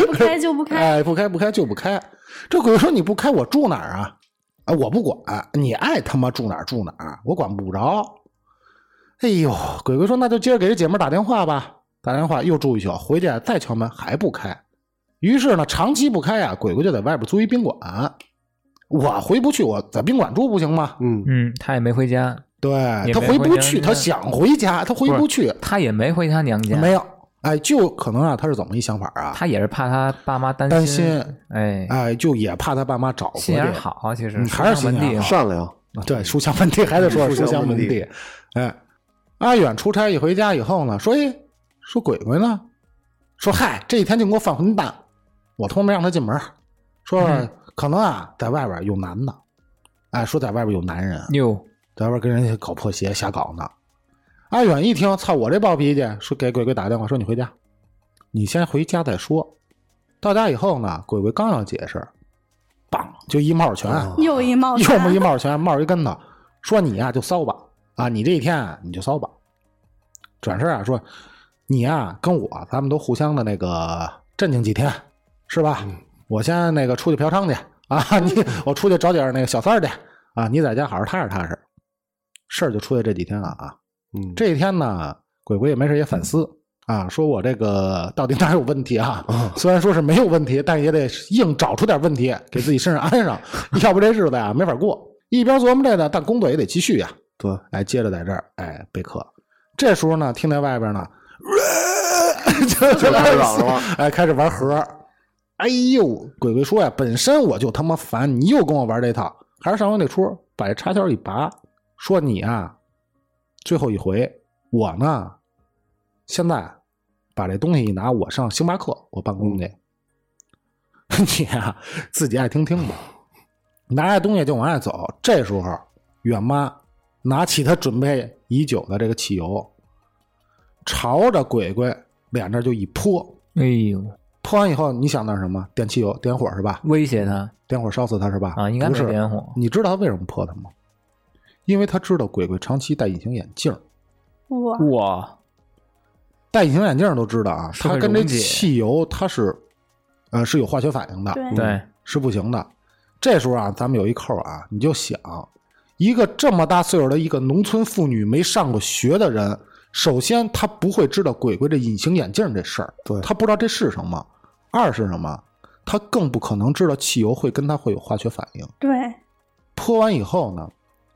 不开就不开，
哎，不开不开就不开。”这鬼鬼说：“你不开，我住哪儿啊？啊，我不管，你爱他妈住哪儿住哪儿，我管不着。”哎呦，鬼鬼说那就接着给这姐们儿打电话吧。打电话又住一宿，回去再敲门还不开。于是呢，长期不开啊，鬼鬼就在外边租一宾馆。我回不去，我在宾馆住不行吗？
嗯
嗯，他也没回家，
对
也
哎他
没
回
回
不
家嗯
去，
人家
他想回家，他回不去，
他也没回他娘家，
没有。哎，就可能啊，他是怎么一想法啊？
他也是怕他爸妈担
担
心
心，
哎，
哎，就也怕他爸妈找回去
心眼儿好，啊其实
嗯还是
书香
心眼
门
儿
第
好
嘛
善良，
对，书香门第还得说
书
书香
香
门
门第
第。哎，阿远出差一回家以后呢，说哎，说鬼鬼呢，说嗨，这几天净给我犯混蛋，我他妈没让他进门儿，说
嗯
可能啊在外边有男的，哎，说在外边有男人，
哟，
在外边跟人家搞破鞋瞎搞呢。阿远一听，操，我这暴脾气，说给鬼鬼打电话，说你回家，你先回家再说。到家以后呢，鬼鬼刚要解释，梆就一帽拳，
又一帽
又么
子
一帽拳，帽一跟头，说你呀、就骚吧，啊，你这一天啊你就骚吧。转身啊说，你呀、跟我咱们都互相的那个镇静几天，是吧？我先那个出去嫖娼去啊， 你我出去找点那个小三儿去啊，你在家好好踏实踏实。事儿就出在这几天了啊，
嗯，
这一天呢，鬼鬼也没事也反思啊，说我这个到底哪有问题啊？虽然说是没有问题，但也得硬找出点问题给自己身上安上，要不这日子呀没法过。一边琢磨这个，但工作也得继续呀。
对，
哎，接着在这儿哎备课。这时候呢，听在外边呢，就
就开始嚷嚷了，
哎，开始玩核。哎呦，鬼鬼说呀，本身我就他妈烦，你又跟我玩这套，还是上回那出，把这插销一拔，说你啊，最后一回，我呢，现在把这东西一拿，我上星巴克，我办公去。 你啊，自己爱听听吧，拿着东西就往外走。这时候，远妈拿起她准备已久的这个汽油，朝着鬼鬼脸这就一泼。
哎呦，
泼完以后，你想那是什么？点汽油、点火是吧？
威胁他
点火烧死他是吧？
啊，应该
不
没
是。
点火，
你知道他为什么泼他吗？因为他知道鬼鬼长期戴隐形眼镜儿，
哇，
哇，
戴隐形眼镜儿都知道啊，
社会
它跟这
溶解
汽油它是，呃，是有化学反应的，
对
嗯
对，
是不行的。这时候啊，咱们有一扣啊，你就想，一个这么大岁数的一个农村妇女，没上过学的人，首先她不会知道鬼鬼这隐形眼镜这事儿，
对
她不知道这是什么。二是什么？她更不可能知道汽油会跟她会有化学反应。
对，
泼完以后呢，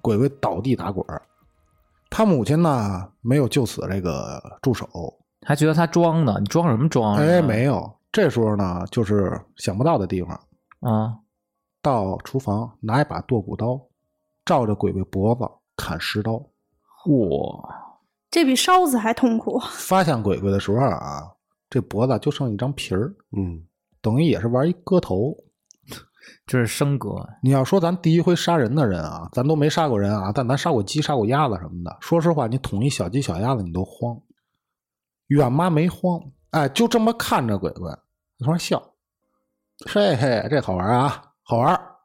鬼鬼倒地打滚儿。他母亲呢，没有救死这个助手，
还觉得他装呢，你装什么装？啊
哎，没有。这时候呢，就是想不到的地方，
啊，
到厨房拿一把剁骨刀，照着鬼鬼脖子砍十刀。
哇，
这比烧死还痛苦。
发现鬼鬼的时候啊，这脖子就剩一张皮儿，
嗯，
等于也是玩一割头。
这是升格，
你要说咱第一回杀人的人啊，咱都没杀过人啊，但咱杀过鸡、杀过鸭子什么的。说实话，你捅一小鸡、小鸭子，你都慌。远妈没慌，哎，就这么看着鬼鬼，突然笑，嘿嘿，这好玩啊，好玩儿，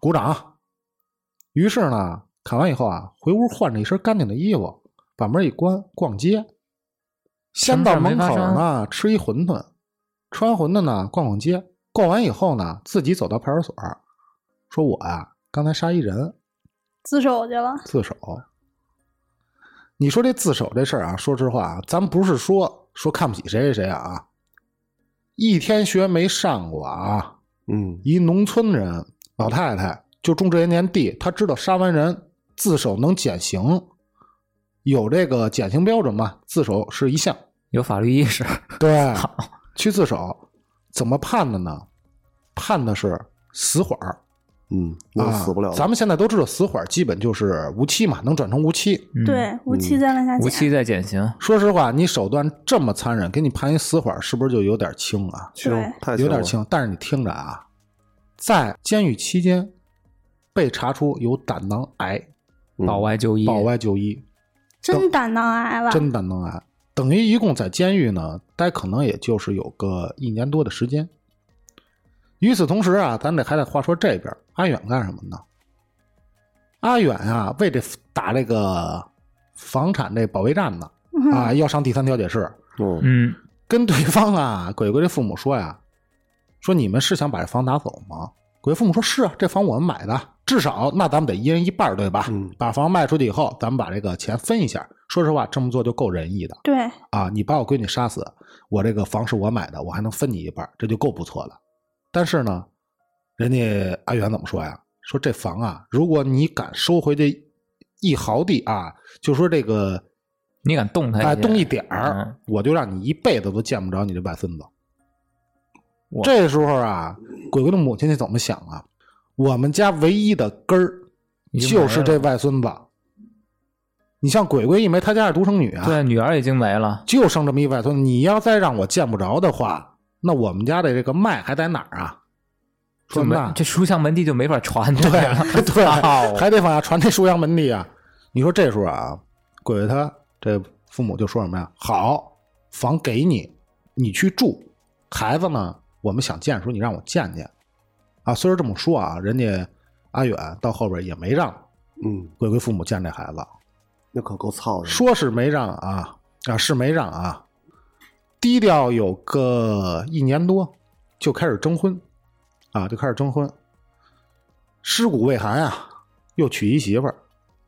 鼓掌。于是呢，砍完以后啊，回屋换着一身干净的衣服，把门一关，逛街。先到门口
什么事儿没
呢，吃一馄饨，吃完馄饨呢，逛逛街。逛完以后呢，自己走到派出所，说我呀、刚才杀一人，
自首去了，
自首。你说这自首这事儿啊，说实话啊，咱不是说说看不起谁谁谁啊，一天学没上过啊，
嗯，
一农村人老太太就种这些年地，她知道杀完人自首能减刑，有这个减刑标准嘛？自首是一项，
有法律意 识，
对
好，
去自首怎么判的呢？判的是死缓儿
嗯，那
啊
死不了了，
咱们现在都知道死缓儿基本就是无期嘛，能转成无期。
嗯，
对，无期再往下
无
减，
期再减刑，
说实话，你手段这么残忍，给你判一死缓，是不是就有点轻啊？
轻
对
太
有点
了，
轻。但是你听着啊，在监狱期间被查出有胆囊癌，
嗯
保外就医，
保外就医，
真胆囊癌了，
真胆囊癌，等于一共在监狱呢待可能也就是有个一年多的时间。与此同时啊，咱得还得话说这边，阿远干什么呢？阿远啊，为这打这个房产这保卫战呢，
嗯
啊，要上第三调解室。
嗯
嗯，
跟对方啊，鬼鬼这父母说呀，说你们是想把这房拿走吗？鬼父母说是啊，这房我们买的，至少那咱们得一人一半儿，对吧？
嗯
把房卖出去以后，咱们把这个钱分一下。说实话，这么做就够仁义的
对，
啊！你把我闺女杀死，我这个房是我买的，我还能分你一半儿，这就够不错了。但是呢，人家阿元怎么说呀？说这房啊，如果你敢收回这一毫地啊，就说这个
你敢动他一下？
哎，动一点儿
嗯，
我就让你一辈子都见不着你这外孙子
哇。
这时候啊，鬼鬼的母亲是怎么想啊？我们家唯一的根儿
已经没
就是这外孙子。你像鬼鬼一枚，她家是独生女啊，
对，女儿已经没了。
就剩这么一外孙。你要再让我见不着的话，那我们家的这个脉还在哪儿啊？
就
说
没
那
这书香门第就没法传出
对
来了。
对，
操
还得往下传这书香门第啊！你说这时候啊，鬼鬼他这父母就说什么呀？好，房给你，你去住。孩子呢，我们想见的时候你让我见见啊。虽然这么说啊，人家阿远到后边也没让
嗯，
鬼鬼父母见这孩子，
那可够操的。
说是没让啊啊是没让啊，低调有个一年多就开始征婚啊，就开始征婚，尸骨未寒啊，又娶一媳妇儿，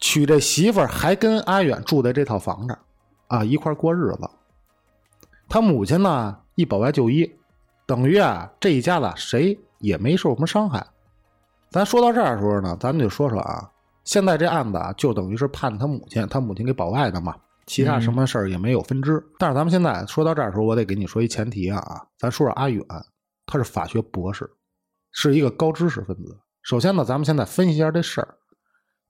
娶这媳妇儿还跟阿远住在这套房这儿啊，一块儿过日子。他母亲呢一保外就医，等于啊这一家子谁也没受什么伤害。咱说到这儿的时候呢，咱们就说说啊，现在这案子啊，就等于是判他母亲，他母亲给保外的嘛，其他什么事儿也没有分支。但是咱们现在说到这儿的时候，我得给你说一前提啊，咱说说阿远，他是法学博士，是一个高知识分子。首先呢，咱们现在分析一下这事儿。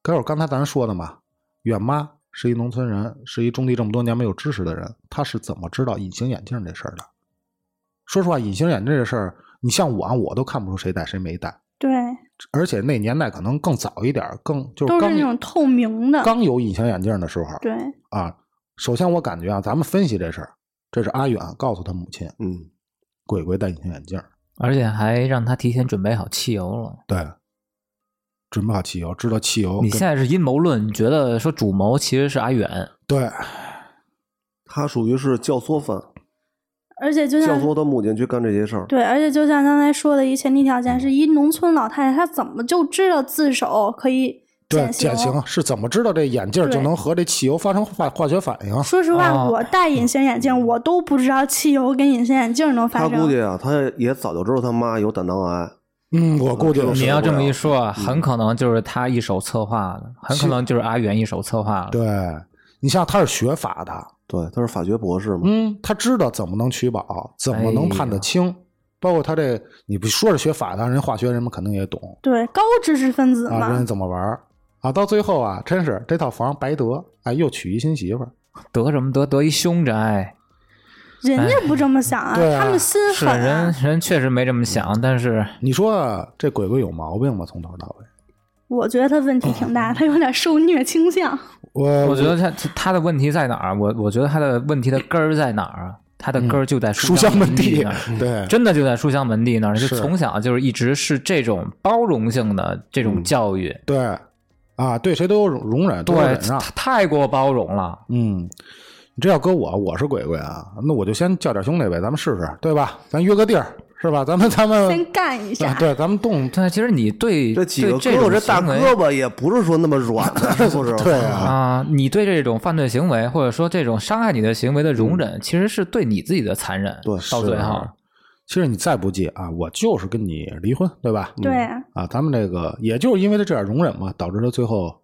可是我刚才咱说的嘛，远妈是一农村人，是一种地这么多年没有知识的人，她是怎么知道隐形眼镜这事儿的？说实话，隐形眼镜这事儿，你像我啊，我都看不出谁戴谁没戴。
对，
而且那年代可能更早一点儿，更就是
都是
刚
那种透明的。
刚有隐形眼镜的时候
对，
啊。首先，我感觉啊，咱们分析这事儿，这是阿远啊告诉他母亲，
嗯，
鬼鬼戴隐形眼镜，
而且还让他提前准备好汽油了。
对，准备好汽油，知道汽油跟，
你现在是阴谋论，你觉得说主谋其实是阿远，
对
他属于是教唆犯，
而且就
教
像
唆他母亲去干这些事儿。
啊对，而且就像刚才说的，一前提条件是一农村老太太，她怎么就知道自首可以
对，
刑？
减刑是怎么知道这眼镜儿就
对
能和这汽油发生化化学反应？
说实话，
哦
我戴隐形眼
嗯
镜，我都不知道汽油跟隐形眼镜能发
他
生。
估计啊，他也早就知道他妈有胆囊癌。
嗯，我估计
嗯
是
你要这么一说啊，
嗯
很可能就是他一手策划的，很可能就是阿远一手策划的。
对。你像他是学法的，
对，他是法学博士嘛。
嗯，他知道怎么能取保，怎么能判得清，包括他这，你不说是学法的，人化学人们肯定也懂，
对，高知识分子
啊，人
嘛
家，怎么玩儿啊？到最后啊，真是这套房白得，哎，又娶一新媳妇儿。
得什么得？得一凶宅。
人家不这么想啊，
哎对啊
他们心
是
狠、
人
啊。
人确实没这么想，但是
你说啊这鬼鬼有毛病吗？从头到尾，
我觉得他问题挺 大，他有点受虐倾向。
呃我
我觉得他他他的问题在哪儿？我我觉得他的问题的根儿在哪儿啊？他的根儿就在
嗯书
香
香门
第
第
那儿，，
对，
真的就在书香门第那儿，就是从小就是一直是这种包容性的这
嗯
种教育，
对啊，对谁都有容忍，都有
对，
忍
他
让。
太过包容了。
嗯，你这要搁我，我是鬼鬼啊，那我就先叫点兄弟呗，咱们试试，对吧？咱约个地儿，是吧？咱们咱们
先干一下，
啊，对，咱们动，
对，其实你对
这几个
对
胳
这
膊，
种
这大
行为
胳膊也不是说那么软的，是不是？
对啊，
啊，你对这种犯罪行为或者说这种伤害你的行为的容忍，其实是对你自己的残忍。
对
到
嗯是
最
啊
后，
其实你再不济啊，我就是跟你离婚，对吧？
对
嗯啊，咱们这个也就是因为他这点容忍嘛，导致他最后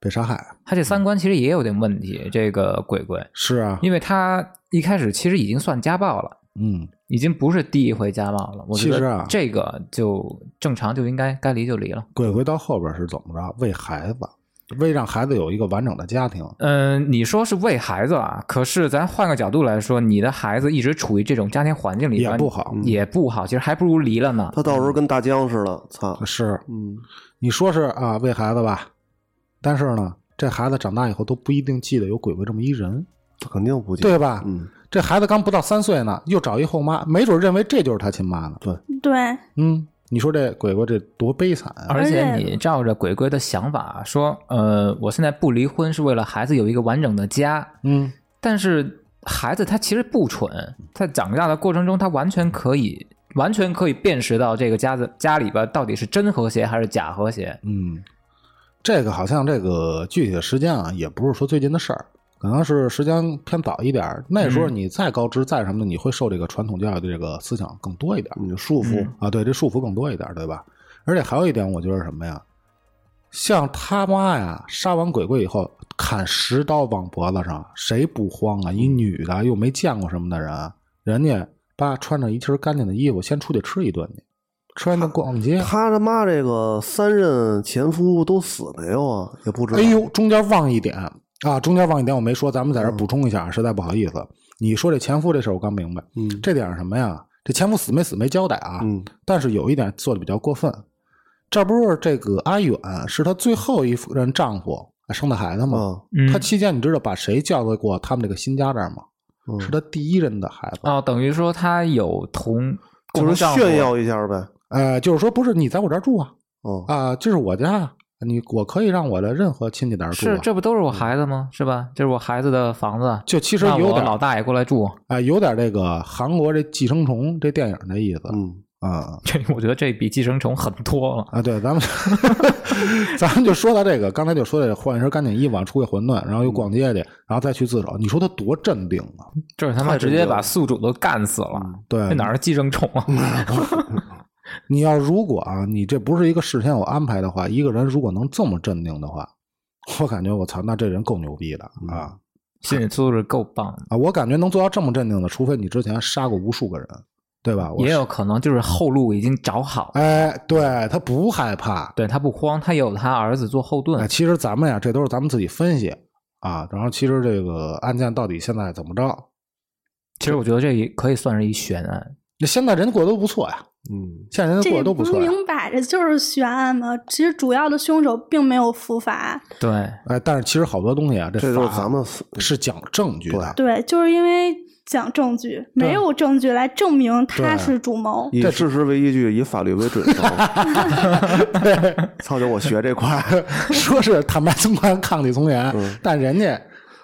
被杀害。
他这三观其实也有点问题。这个鬼鬼，
是啊，
因为他一开始其实已经算家暴了，
嗯，
已经不是第一回家暴了。我觉
其实
得
啊
这个就正常就应该该离就离了。
鬼鬼到后边是怎么着？为孩子，为让孩子有一个完整的家庭。
嗯，你说是为孩子啊，可是咱换个角度来说，你的孩子一直处于这种家庭环境里边
也不好嗯
也不好，其实还不如离了呢。
他到时候跟大江似的，操！
是，
嗯，
你说是啊，为孩子吧，但是呢，这孩子长大以后都不一定记得有鬼鬼这么一人，
他肯定不进。
对吧？
嗯，
这孩子刚不到三岁呢，又找一后妈，没准认为这就是他亲妈呢。对，
对，
嗯，你说这鬼鬼这多悲惨啊！
而且
而且
你照着鬼鬼的想法说，呃，我现在不离婚是为了孩子有一个完整的家，
嗯，
但是孩子他其实不蠢，在长大的过程中，他完全可以完全可以辨识到这个家子家里边到底是真和谐还是假和谐。
嗯，这个好像这个具体的时间啊，也不是说最近的事儿，可能是时间偏早一点儿。那时候
嗯
你再高知再什么的，你会受这个传统教育的这个思想更多一点儿、
你就束缚
嗯
啊，对，这束缚更多一点儿，对吧？而且还有一点，我觉得是什么呀？
像他妈呀，杀完鬼鬼以后砍十刀往脖子上，谁不慌啊？
嗯
一女的又没见过什么的人，人家爸穿着一身干净的衣服，先出去吃一顿去，吃完再逛街。
他他妈这个三任前夫都死没有啊？也不知道。嗯
哎呦，中间忘一点啊，中间忘一点我没说，咱们在这儿补充一下，实在不好意思。你说这前夫这事儿，我刚明白，
嗯
这点是什么呀？这前夫死没死没交代啊，
嗯
但是有一点做的比较过分，这不是这个阿远是她最后一任丈夫生的孩子吗？
啊
嗯
她期间你知道把谁叫到过他们这个新家这儿吗？
嗯
是她第一任的孩子，
哦，等于说他有同
就
共同
是
丈夫
啊
炫耀一下呗。
呃，就是说不是你在我这儿住啊，
哦，
啊、这是我家啊，你我可以让我的任何亲戚在这儿住、啊，
是这不都是我孩子吗？是吧？这是我孩子的房子，
就其实
让
有
我
点
老大爷过来住。
啊、有点这个韩国这《寄生虫》这电影的意思
嗯，
啊、
这我觉得这比寄生虫狠多了。
啊！对，咱们 咱们就说到这个，刚才就说这换一身干净衣服，啊出去混沌，然后又逛街去，然后再去自首。你说他多镇定啊？
这他妈
太
直
震
接
惊
把
了
宿主都干死了，
对，
这哪是寄生虫啊？
你要如果啊，你这不是一个事先有安排的话，一个人如果能这么镇定的话，我感觉我操，那这人够牛逼的
嗯
啊！
心理素质够棒的，
啊，我感觉能做到这么镇定的，除非你之前杀过无数个人，对吧？我
也有可能就是后路已经找好了，
哎，对他不害怕。
对他不慌，他有他儿子做后
哎，
盾。
其实咱们呀，这都是咱们自己分析啊。然后其实这个案件到底现在怎么着？
其实我觉得这也可以算是一悬案，
那现在人过得都不错呀，
嗯，
现在人
这
过
个
得都不
是
啊
错呀。
明摆着就是悬案吗？其实主要的凶手并没有伏法，
对，
哎，但是其实好多东西啊，这
这就是
法
咱们
是讲证据的，
对，就是因为讲证据，没有证据来证明他
对
是主谋。
以事实为依据，以法律 为准绳。操！就我学这 块儿，
说是坦白从宽，抗拒从严，
嗯
但人家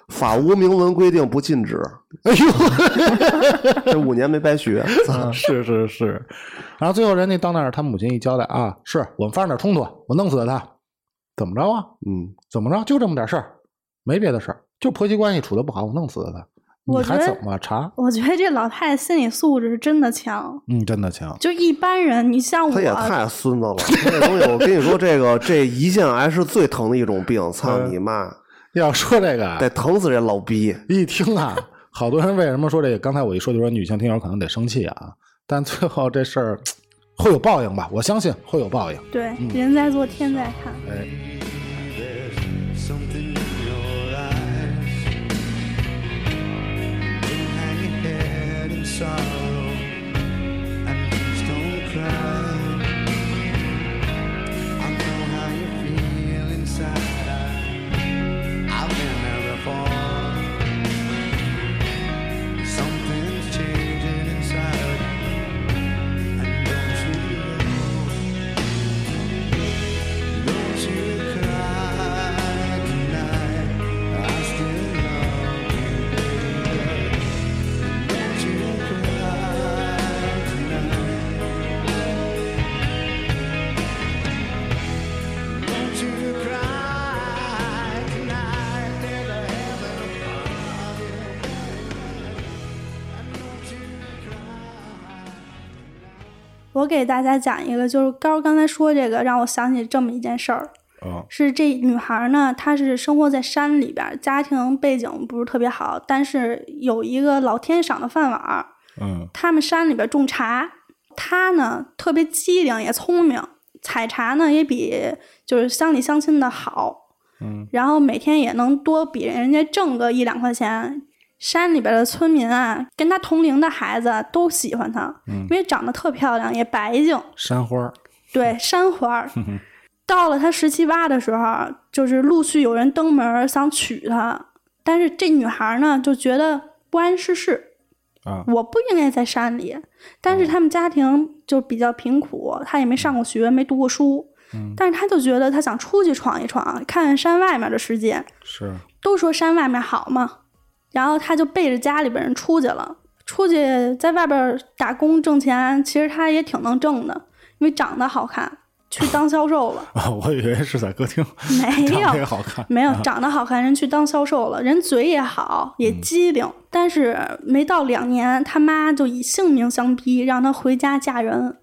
法无明文规定不禁止。
哎呦，
这五年没白学。操
啊是是是，然后最后人家到那儿，他母亲一交代啊，是我们发生点冲突，我弄死了他，怎么着啊？
嗯，
怎么着？就这么点事儿，没别的事儿，就婆媳关系处的不好，我弄死了他，你
我觉
还
得
怎么查？
我觉得这老太太心理素质是真的强，
嗯，真的强，
就一般人，你像哦我
他，也太孙子了。这东西，我跟你说，这个这胰腺癌是最疼的一种病。操你妈！
要说这个啊，
得疼死这老逼。
一听啊，好多人为什么说这个？刚才我一说就说女性听友可能得生气啊，但最后这事儿会有报应吧？我相信会有报应。
对，
嗯
人在做天在看。
哎，
There's something in your eyes. Don't hang your head in sorrow. And please don't cry. I know how you feel inside. I- I've been there before. Something's changing inside. And don't you know? Don't you cry tonight. I still love you. Don't you cry tonight. Don't you cry tonight. There's a heaven above you. And don't you cry.
我给大家讲一个，就是高刚才说这个，让我想起这么一件事儿。
哦，
是这女孩呢，她是生活在山里边儿，家庭背景不是特别好，但是有一个老天赏的饭碗儿，
嗯，
他们山里边种茶，他呢特别机灵也聪明，采茶呢也比就是乡里乡亲的好，嗯，然后每天也能多比人家挣个一两块钱。山里边的村民啊，跟他同龄的孩子啊都喜欢他，因为长得特漂亮，也白净，
山花儿，
对，山花儿。到了他十七八的时候，就是陆续有人登门儿想娶她，但是这女孩儿呢就觉得不谙世事
啊
我不应该在山里。但是他们家庭就比较贫苦，她也没上过学，没读过书，但是她就觉得她想出去闯一闯，看看山外面的世界。
是，
都说山外面好嘛，然后他就背着家里边人出去了，出去在外边打工挣钱，其实他也挺能挣的，因为长得好看，去当销售了
啊，我以为是在歌厅，
没
长得也啊
有。
好看，
没有长得好看，人去当销售了，人嘴也好，也机灵，
嗯
但是没到两年，他妈就以性命相逼，让他回家嫁人，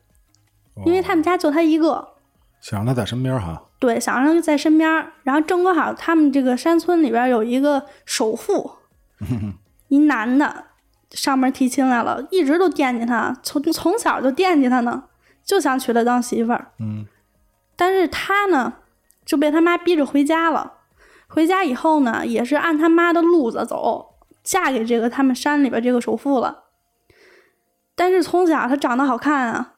因为他们家就他一个，
想让他在身边哈，
对，想让他在身边儿。然后正刚好他们这个山村里边儿有一个首富，一男的上门提亲来了，一直都惦记他，从从小就惦记他呢，就想娶她当媳妇儿。
嗯
但是他呢，就被他妈逼着回家了。回家以后呢，也是按他妈的路子走，嫁给这个他们山里边这个首富了。但是从小他长得好看啊，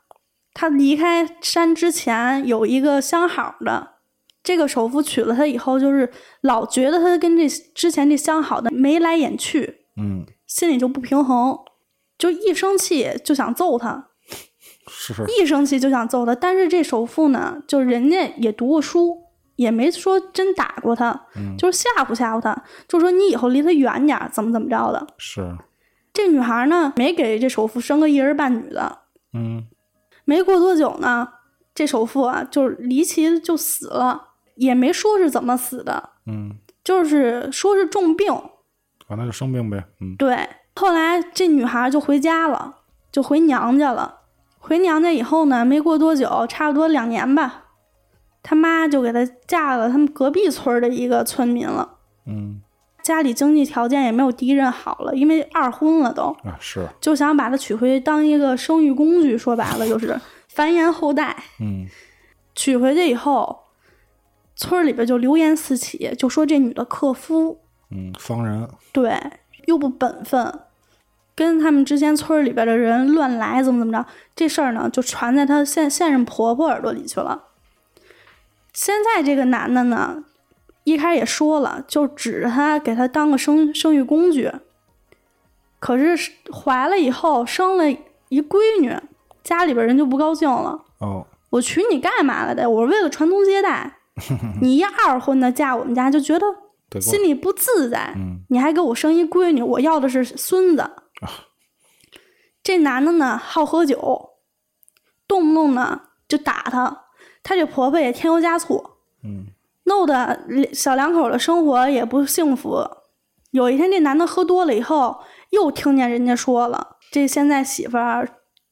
他离开山之前有一个相好的，这个首富娶了她以后，就是老觉得他跟这之前这相好的眉来眼去，
嗯，
心里就不平衡，就一生气就想揍他。
是是，
一生气就想揍他。但是这首富呢，就人家也读过书，也没说真打过他，
嗯
就是吓唬吓唬他，就说你以后离他远点儿，怎么怎么着的。
是，
这女孩呢，没给这首富生个一儿半女的。
嗯
没过多久呢，这首富啊，就是离奇就死了，也没说是怎么死的，
嗯，
就是说是重病。
反正就生病呗，嗯
对，后来这女孩就回家了，就回娘家了。回娘家以后呢，没过多久，差不多两年吧，她妈就给她嫁了他们隔壁村儿的一个村民了。
嗯
家里经济条件也没有第一任好了，因为二婚了都，
啊是，
就想把她娶回去当一个生育工具，说白了就是繁衍后代。
嗯
娶回去以后，村儿里边就流言四起，就说这女的克夫，
嗯，方人，
对，又不本分，跟他们之前村儿里边的人乱来，怎么怎么着，这事儿呢就传在她现现任婆婆耳朵里去了。现在这个男的呢，一开始也说了，就指着她给她当个生生育工具。可是怀了以后生了一闺女，家里边人就不高兴了。
哦，
我娶你干嘛来的？我是为了传宗接代。你一二婚的嫁我们家，就觉得
对过，
心里不自在。
嗯
你还给我生一闺女，我要的是孙子。
啊
这男的呢，好喝酒，动不动呢就打他，他这婆婆也添油加醋，
嗯
弄得小两口的生活也不幸福。有一天，这男的喝多了以后，又听见人家说了，这现在媳妇儿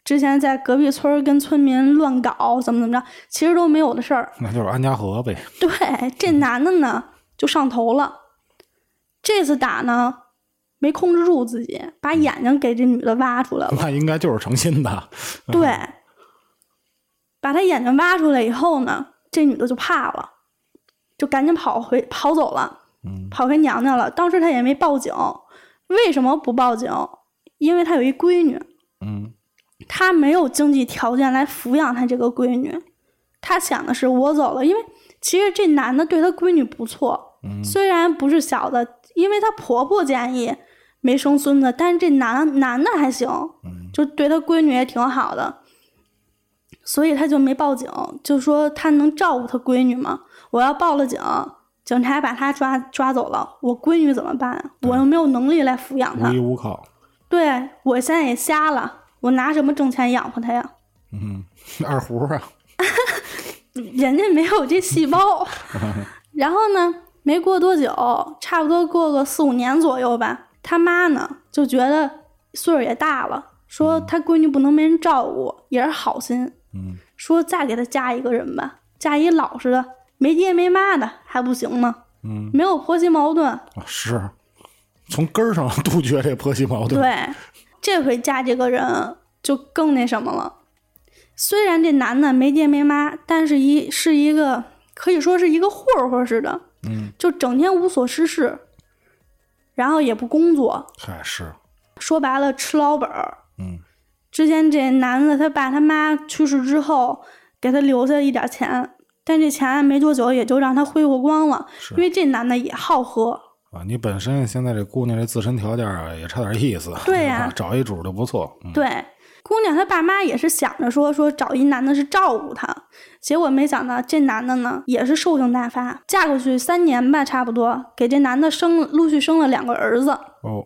之前在隔壁村儿跟村民乱搞，怎么怎么着，其实都没有的事儿。
那就是安家和呗，
对，这男的呢就上头了，这次打呢没控制住自己，把眼睛给这女的挖出来了。
那应该就是成心的，
对，把他眼睛挖出来以后呢，这女的就怕了，就赶紧跑回跑走了。
嗯
跑回娘家了。当时她也没报警，为什么不报警？因为她有一闺女，
嗯
她没有经济条件来抚养她这个闺女。她想的是我走了，因为其实这男的对她闺女不错，
嗯
虽然不是小的，因为她婆婆建议没生孙子，但是这男男的还行，
嗯
就对她闺女也挺好的，所以她就没报警，就说她能照顾她闺女吗？我要报了警，警察把她抓抓走了，我闺女怎么办啊？我又没有能力来抚养
无
她
依，无靠，
对我现在也瞎了，我拿什么挣钱养活她呀？
嗯，二胡啊，
人家没有这细 胞。然后呢，没过多久，差不多过个四五年左右吧，他妈呢就觉得岁数也大了，说他闺女不能没人照顾，也是好心，
嗯
说再给他嫁一个人吧，嫁一老实的，没爹没妈的还不行吗？
嗯
没有婆媳矛盾，
啊是，从根儿上 杜绝这婆媳矛盾，
对，这回嫁这个人就更那什么了。虽然这男的没爹没妈，但是一是一个可以说是一个混混似的，
嗯，
就整天无所事事，然后也不工作，
嗨是，
说白了吃老本儿。
嗯
之前这男的他爸他妈去世之后，给他留下一点钱，但这钱没多久也就让他挥霍光了，
是
因为这男的也好喝，
啊，你本身现在这姑娘这自身条件啊也差点意思，
对呀
啊找一主儿就不错，嗯
对，姑娘她爸妈也是想着说说找一男的是照顾她，结果没想到这男的呢也是兽性大发，嫁过去三年吧，差不多给这男的生了陆续生了两个儿子，
哦，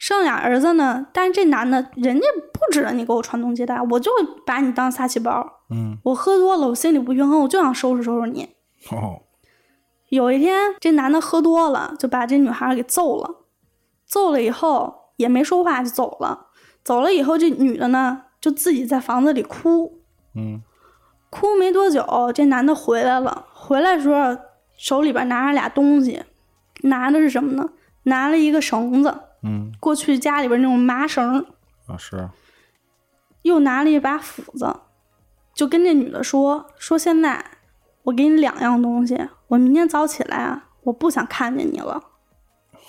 生俩儿子呢，但是这男的人家不指着你给我传宗接代，我就把你当撒气包，
嗯
我喝多了，我心里不平衡，我就想收拾收拾你。
哦，
有一天，这男的喝多了，就把这女孩给揍了。揍了以后也没说话就走了。走了以后，这女的呢就自己在房子里哭。
嗯
哭没多久，这男的回来了。回来的时候手里边拿着俩东西，拿的是什么呢？拿了一个绳子，
嗯
过去家里边那种麻绳，
啊是，
又拿了一把斧子，就跟这女的说：“说现在我给你两样东西，我明天早起来啊，我不想看见你了。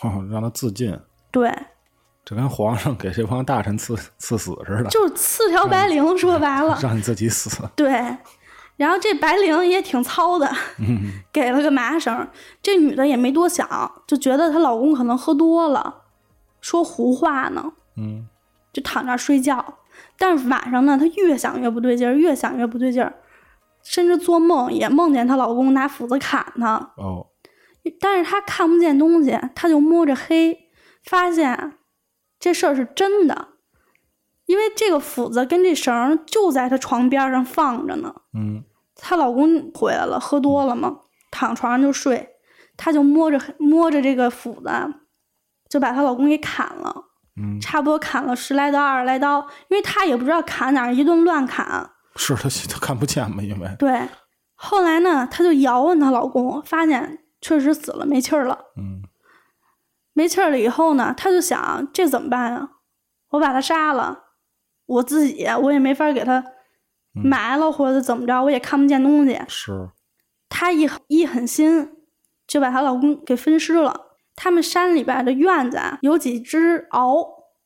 哦让他自尽，”
对，
这跟皇上给这帮大臣赐赐死似的，
就是刺条白绫，说白了，
啊
让你自己死。
对。然后这白绫也挺糙的，
嗯，
给了个麻绳。这女的也没多想，就觉得她老公可能喝多了，说胡话呢，
嗯，
就躺那儿睡觉。但是晚上呢，她越想越不对劲儿，越想越不对劲儿，甚至做梦也梦见她老公拿斧子砍她，
哦，
但是她看不见东西，她就摸着黑，发现这事儿是真的，因为这个斧子跟这绳儿就在她床边儿上放着呢。
嗯
她老公回来了，喝多了嘛，躺床上就睡，她就摸着摸着这个斧子，就把她老公给砍了，
嗯，
差不多砍了十来刀、二十来刀，因为她也不知道砍哪儿，一顿乱砍。
是他他看不见嘛，因为
对，后来呢，她就摇问她老公，发现确实死了，没气儿了。
嗯
没气儿了以后呢，她就想这怎么办啊？我把他杀了，我自己我也没法给他
嗯
埋了或者怎么着，我也看不见东西。
是，
她一一狠心，就把她老公给分尸了。他们山里边的院子啊，有几只獒，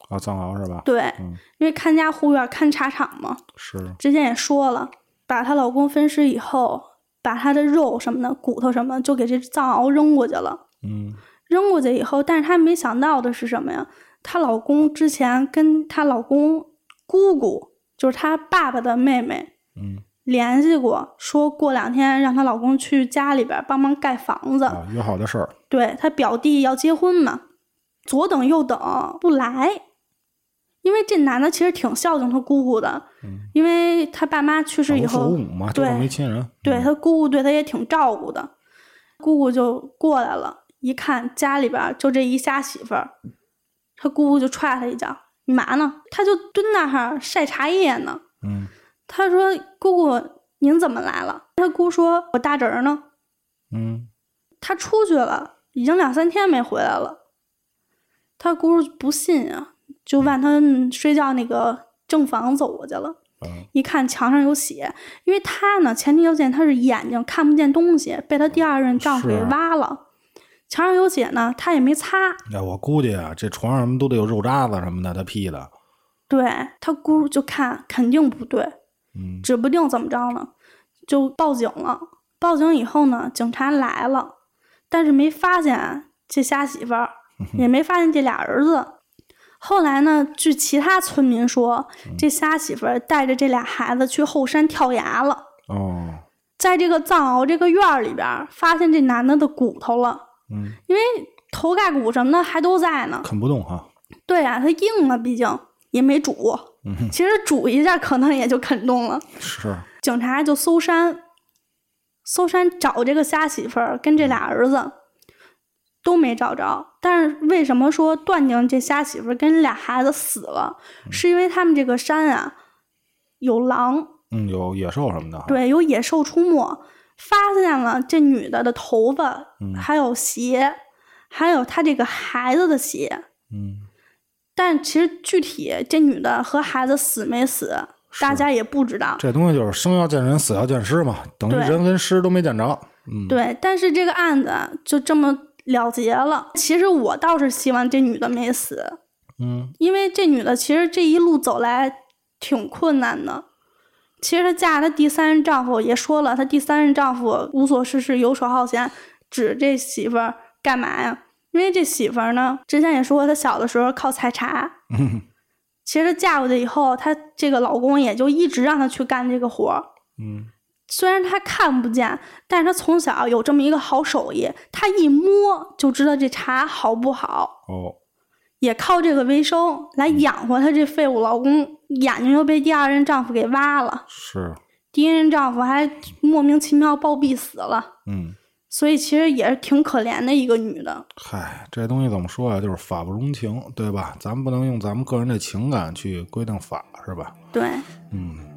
啊藏獒是吧？
对，
嗯
因为看家护院、看茶厂嘛。
是，
之前也说了，把她老公分尸以后，把她的肉什么的、骨头什么的就给这只藏獒扔过去了。
嗯
扔过去以后，但是她没想到的是什么呀？她老公之前跟她老公姑姑，就是她爸爸的妹妹，
嗯
联系过，说过两天让她老公去家里边帮忙盖房子。
啊约好的事儿，
对她表弟要结婚嘛，左等右等不来，因为这男的其实挺孝敬她姑姑的，
嗯
因为他爸妈去世以
无父
后，
无母嘛，就
对
是没亲人，
对
嗯
她姑姑对她也挺照顾的，姑姑就过来了，一看家里边儿就这一瞎媳妇儿，她姑姑就踹她一脚，你嘛呢？她就蹲那儿晒茶叶呢。
嗯
她说：“姑姑，您怎么来了？”她姑说：“我大侄儿呢，
嗯
他出去了，已经两三天没回来了。他姑不信啊，就往他睡觉那个正房走过去了。
嗯
一看墙上有血，因为她呢前提条件她是眼睛看不见东西，被她第二任丈夫
是
给
啊
挖了。墙上有血呢，她也没擦。
哎，我估计啊，这床上什么都得有肉渣子什么的，他劈的，
对她姑就看肯定不对，
嗯
指不定怎么着呢，就报警了。报警以后呢，警察来了，但是没发现这瞎媳妇儿，
嗯
也没发现这俩儿子。后来呢，据其他村民说，
嗯
这瞎媳妇儿带着这俩孩子去后山跳崖了，
哦
在这个藏獒这个院儿里边儿，发现这男的的骨头了，
嗯，
头盖骨什么的还都在呢。
啃不动哈，
对啊，他硬了，毕竟也没煮，
嗯哼
其实煮一下可能也就啃动了。
是，
警察就搜山，搜山找这个瞎媳妇儿跟这俩儿子都没找着。但是为什么说断定这瞎媳妇儿跟俩孩子死了，
嗯
是因为他们这个山啊有狼，
嗯，有野兽什么的哈，
对，有野兽出没，发现了这女的的头发，
嗯
还有鞋，还有她这个孩子的鞋。
嗯
但其实具体这女的和孩子死没死，大
是嗯
家也不知道。
这东西就是生要见人，死要见尸嘛，等于
对
人跟尸都没见着。嗯，，
对，但是这个案子就这么了结了。其实我倒是希望这女的没死，
嗯
因为这女的其实这一路走来挺困难的。其实她嫁她第三任丈夫也说了，她第三任丈夫无所事事、游手好闲，指这媳妇儿干嘛呀？因为这媳妇儿呢，之前也说她小的时候靠采茶，
嗯
其实她嫁过去以后，她这个老公也就一直让她去干这个活儿。
嗯，
虽然他看不见，但是他从小有这么一个好手艺，他一摸就知道这茶好不好，
哦，
也靠这个为生来养活他这废物老公。眼睛又被第二任丈夫给挖了，
是，
第一任丈夫还莫名其妙暴毙死了，
嗯，
所以其实也是挺可怜的一个女的。
嗨，这东西怎么说呀、就是法不容情，对吧？咱们不能用咱们个人的情感去规定法，是吧？
对，
嗯，